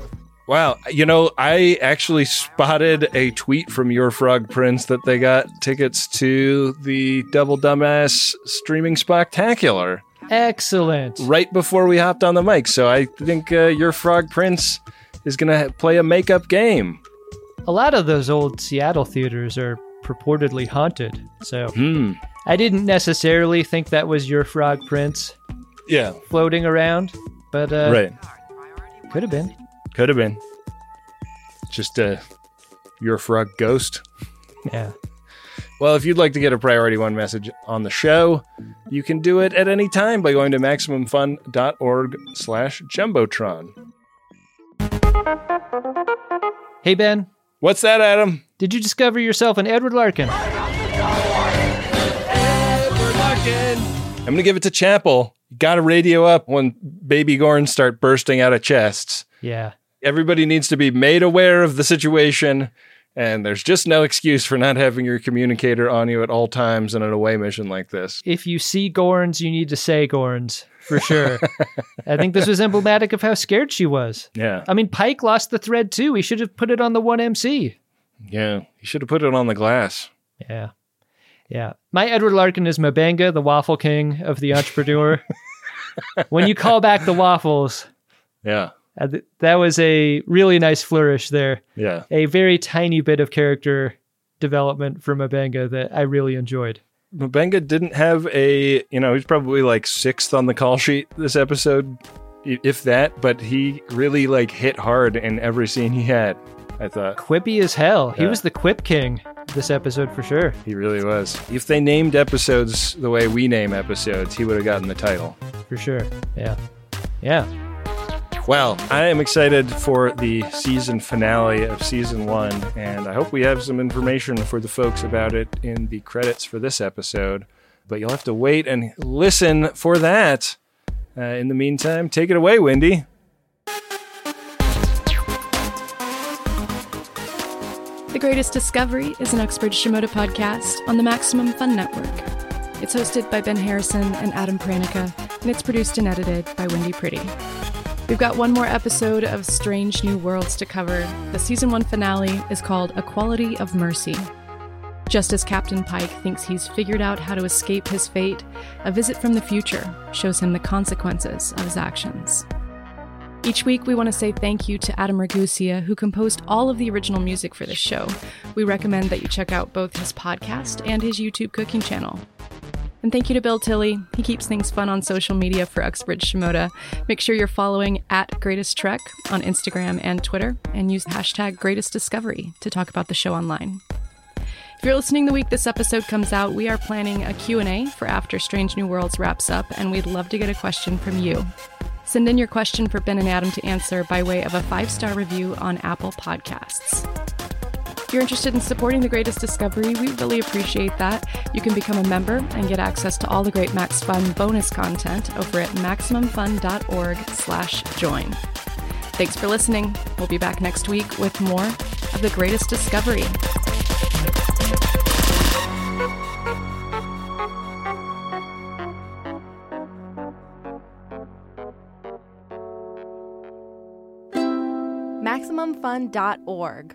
F: Wow. You know, I actually spotted a tweet from Your Frog Prince that they got tickets to the Double Dumbass streaming spectacular
E: Excellent.
F: right before we hopped on the mic. So I think uh, Your Frog Prince is going to play a makeup game.
E: A lot of those old Seattle theaters are purportedly haunted, so
F: Hmm.
E: I didn't necessarily think that was your frog prince
F: Yeah.
E: floating around, but uh,
F: right.
E: could have been.
F: Could have been. Just a Your Frog ghost.
E: Yeah.
F: Well, if you'd like to get a priority one message on the show, you can do it at any time by going to maximumfun.org slash jumbotron.
E: Hey Ben,
F: what's that, Adam?
E: Did you discover yourself an Edward Larkin?
F: I'm gonna give it to Chapel. Gotta radio up when baby gorns start bursting out of chests.
E: Yeah.
F: Everybody needs to be made aware of the situation, and there's just no excuse for not having your communicator on you at all times in an away mission like this.
E: If you see Gorns, you need to say Gorns for
F: <laughs>
E: sure. I think this was emblematic of how scared she was.
F: Yeah.
E: I mean, Pike lost the thread too. He should have put it on the one MC.
F: Yeah. You should have put it on the glass.
E: Yeah. Yeah. My Edward Larkin is Mabanga, the waffle king of the entrepreneur. when you call back the waffles,
F: Yeah.
E: uh, th- that was a really nice flourish there.
F: Yeah.
E: A very tiny bit of character development from Mabanga that I really enjoyed.
F: Mabenga didn't have a, you know, he's probably like sixth on the call sheet this episode, i- if that, but he really like hit hard in every scene he had, I thought.
E: Quippy as hell. He
F: Yeah.
E: was the quip king this episode for sure.
F: He really was. If they named episodes the way we name episodes, he would have gotten the title.
E: For sure. Yeah. Yeah.
F: Well, I am excited for the season finale of season one, and I hope we have some information for the folks about it in the credits for this episode. But you'll have to wait and listen for that. Uh, in the meantime, take it away, Wendy.
N: The Greatest Discovery is an Oxford Shimoda podcast on the Maximum Fun Network. It's hosted by Ben Harrison and Adam Pranica, and it's produced and edited by Wendy Pretty. We've got one more episode of Strange New Worlds to cover. The season one finale is called A Quality of Mercy. Just as Captain Pike thinks he's figured out how to escape his fate, a visit from the future shows him the consequences of his actions. Each week, we want to say thank you to Adam Ragusia, who composed all of the original music for this show. We recommend that you check out both his podcast and his YouTube cooking channel. And thank you to Bill Tilley. He keeps things fun on social media for Uxbridge Shimoda. Make sure you're following at Greatest Trek on Instagram and Twitter, and use hashtag Greatest Discovery to talk about the show online. If you're listening the week this episode comes out, we are planning a Q&A for after Strange New Worlds wraps up, and we'd love to get a question from you. Send in your question for Ben and Adam to answer by way of a five star review on Apple Podcasts. If you're interested in supporting The Greatest Discovery, we really appreciate that. You can become a member and get access to all the great Max Fun bonus content over at MaximumFun.org slash join. Thanks for listening. We'll be back next week with more of The Greatest Discovery.
O: MaximumFun.org.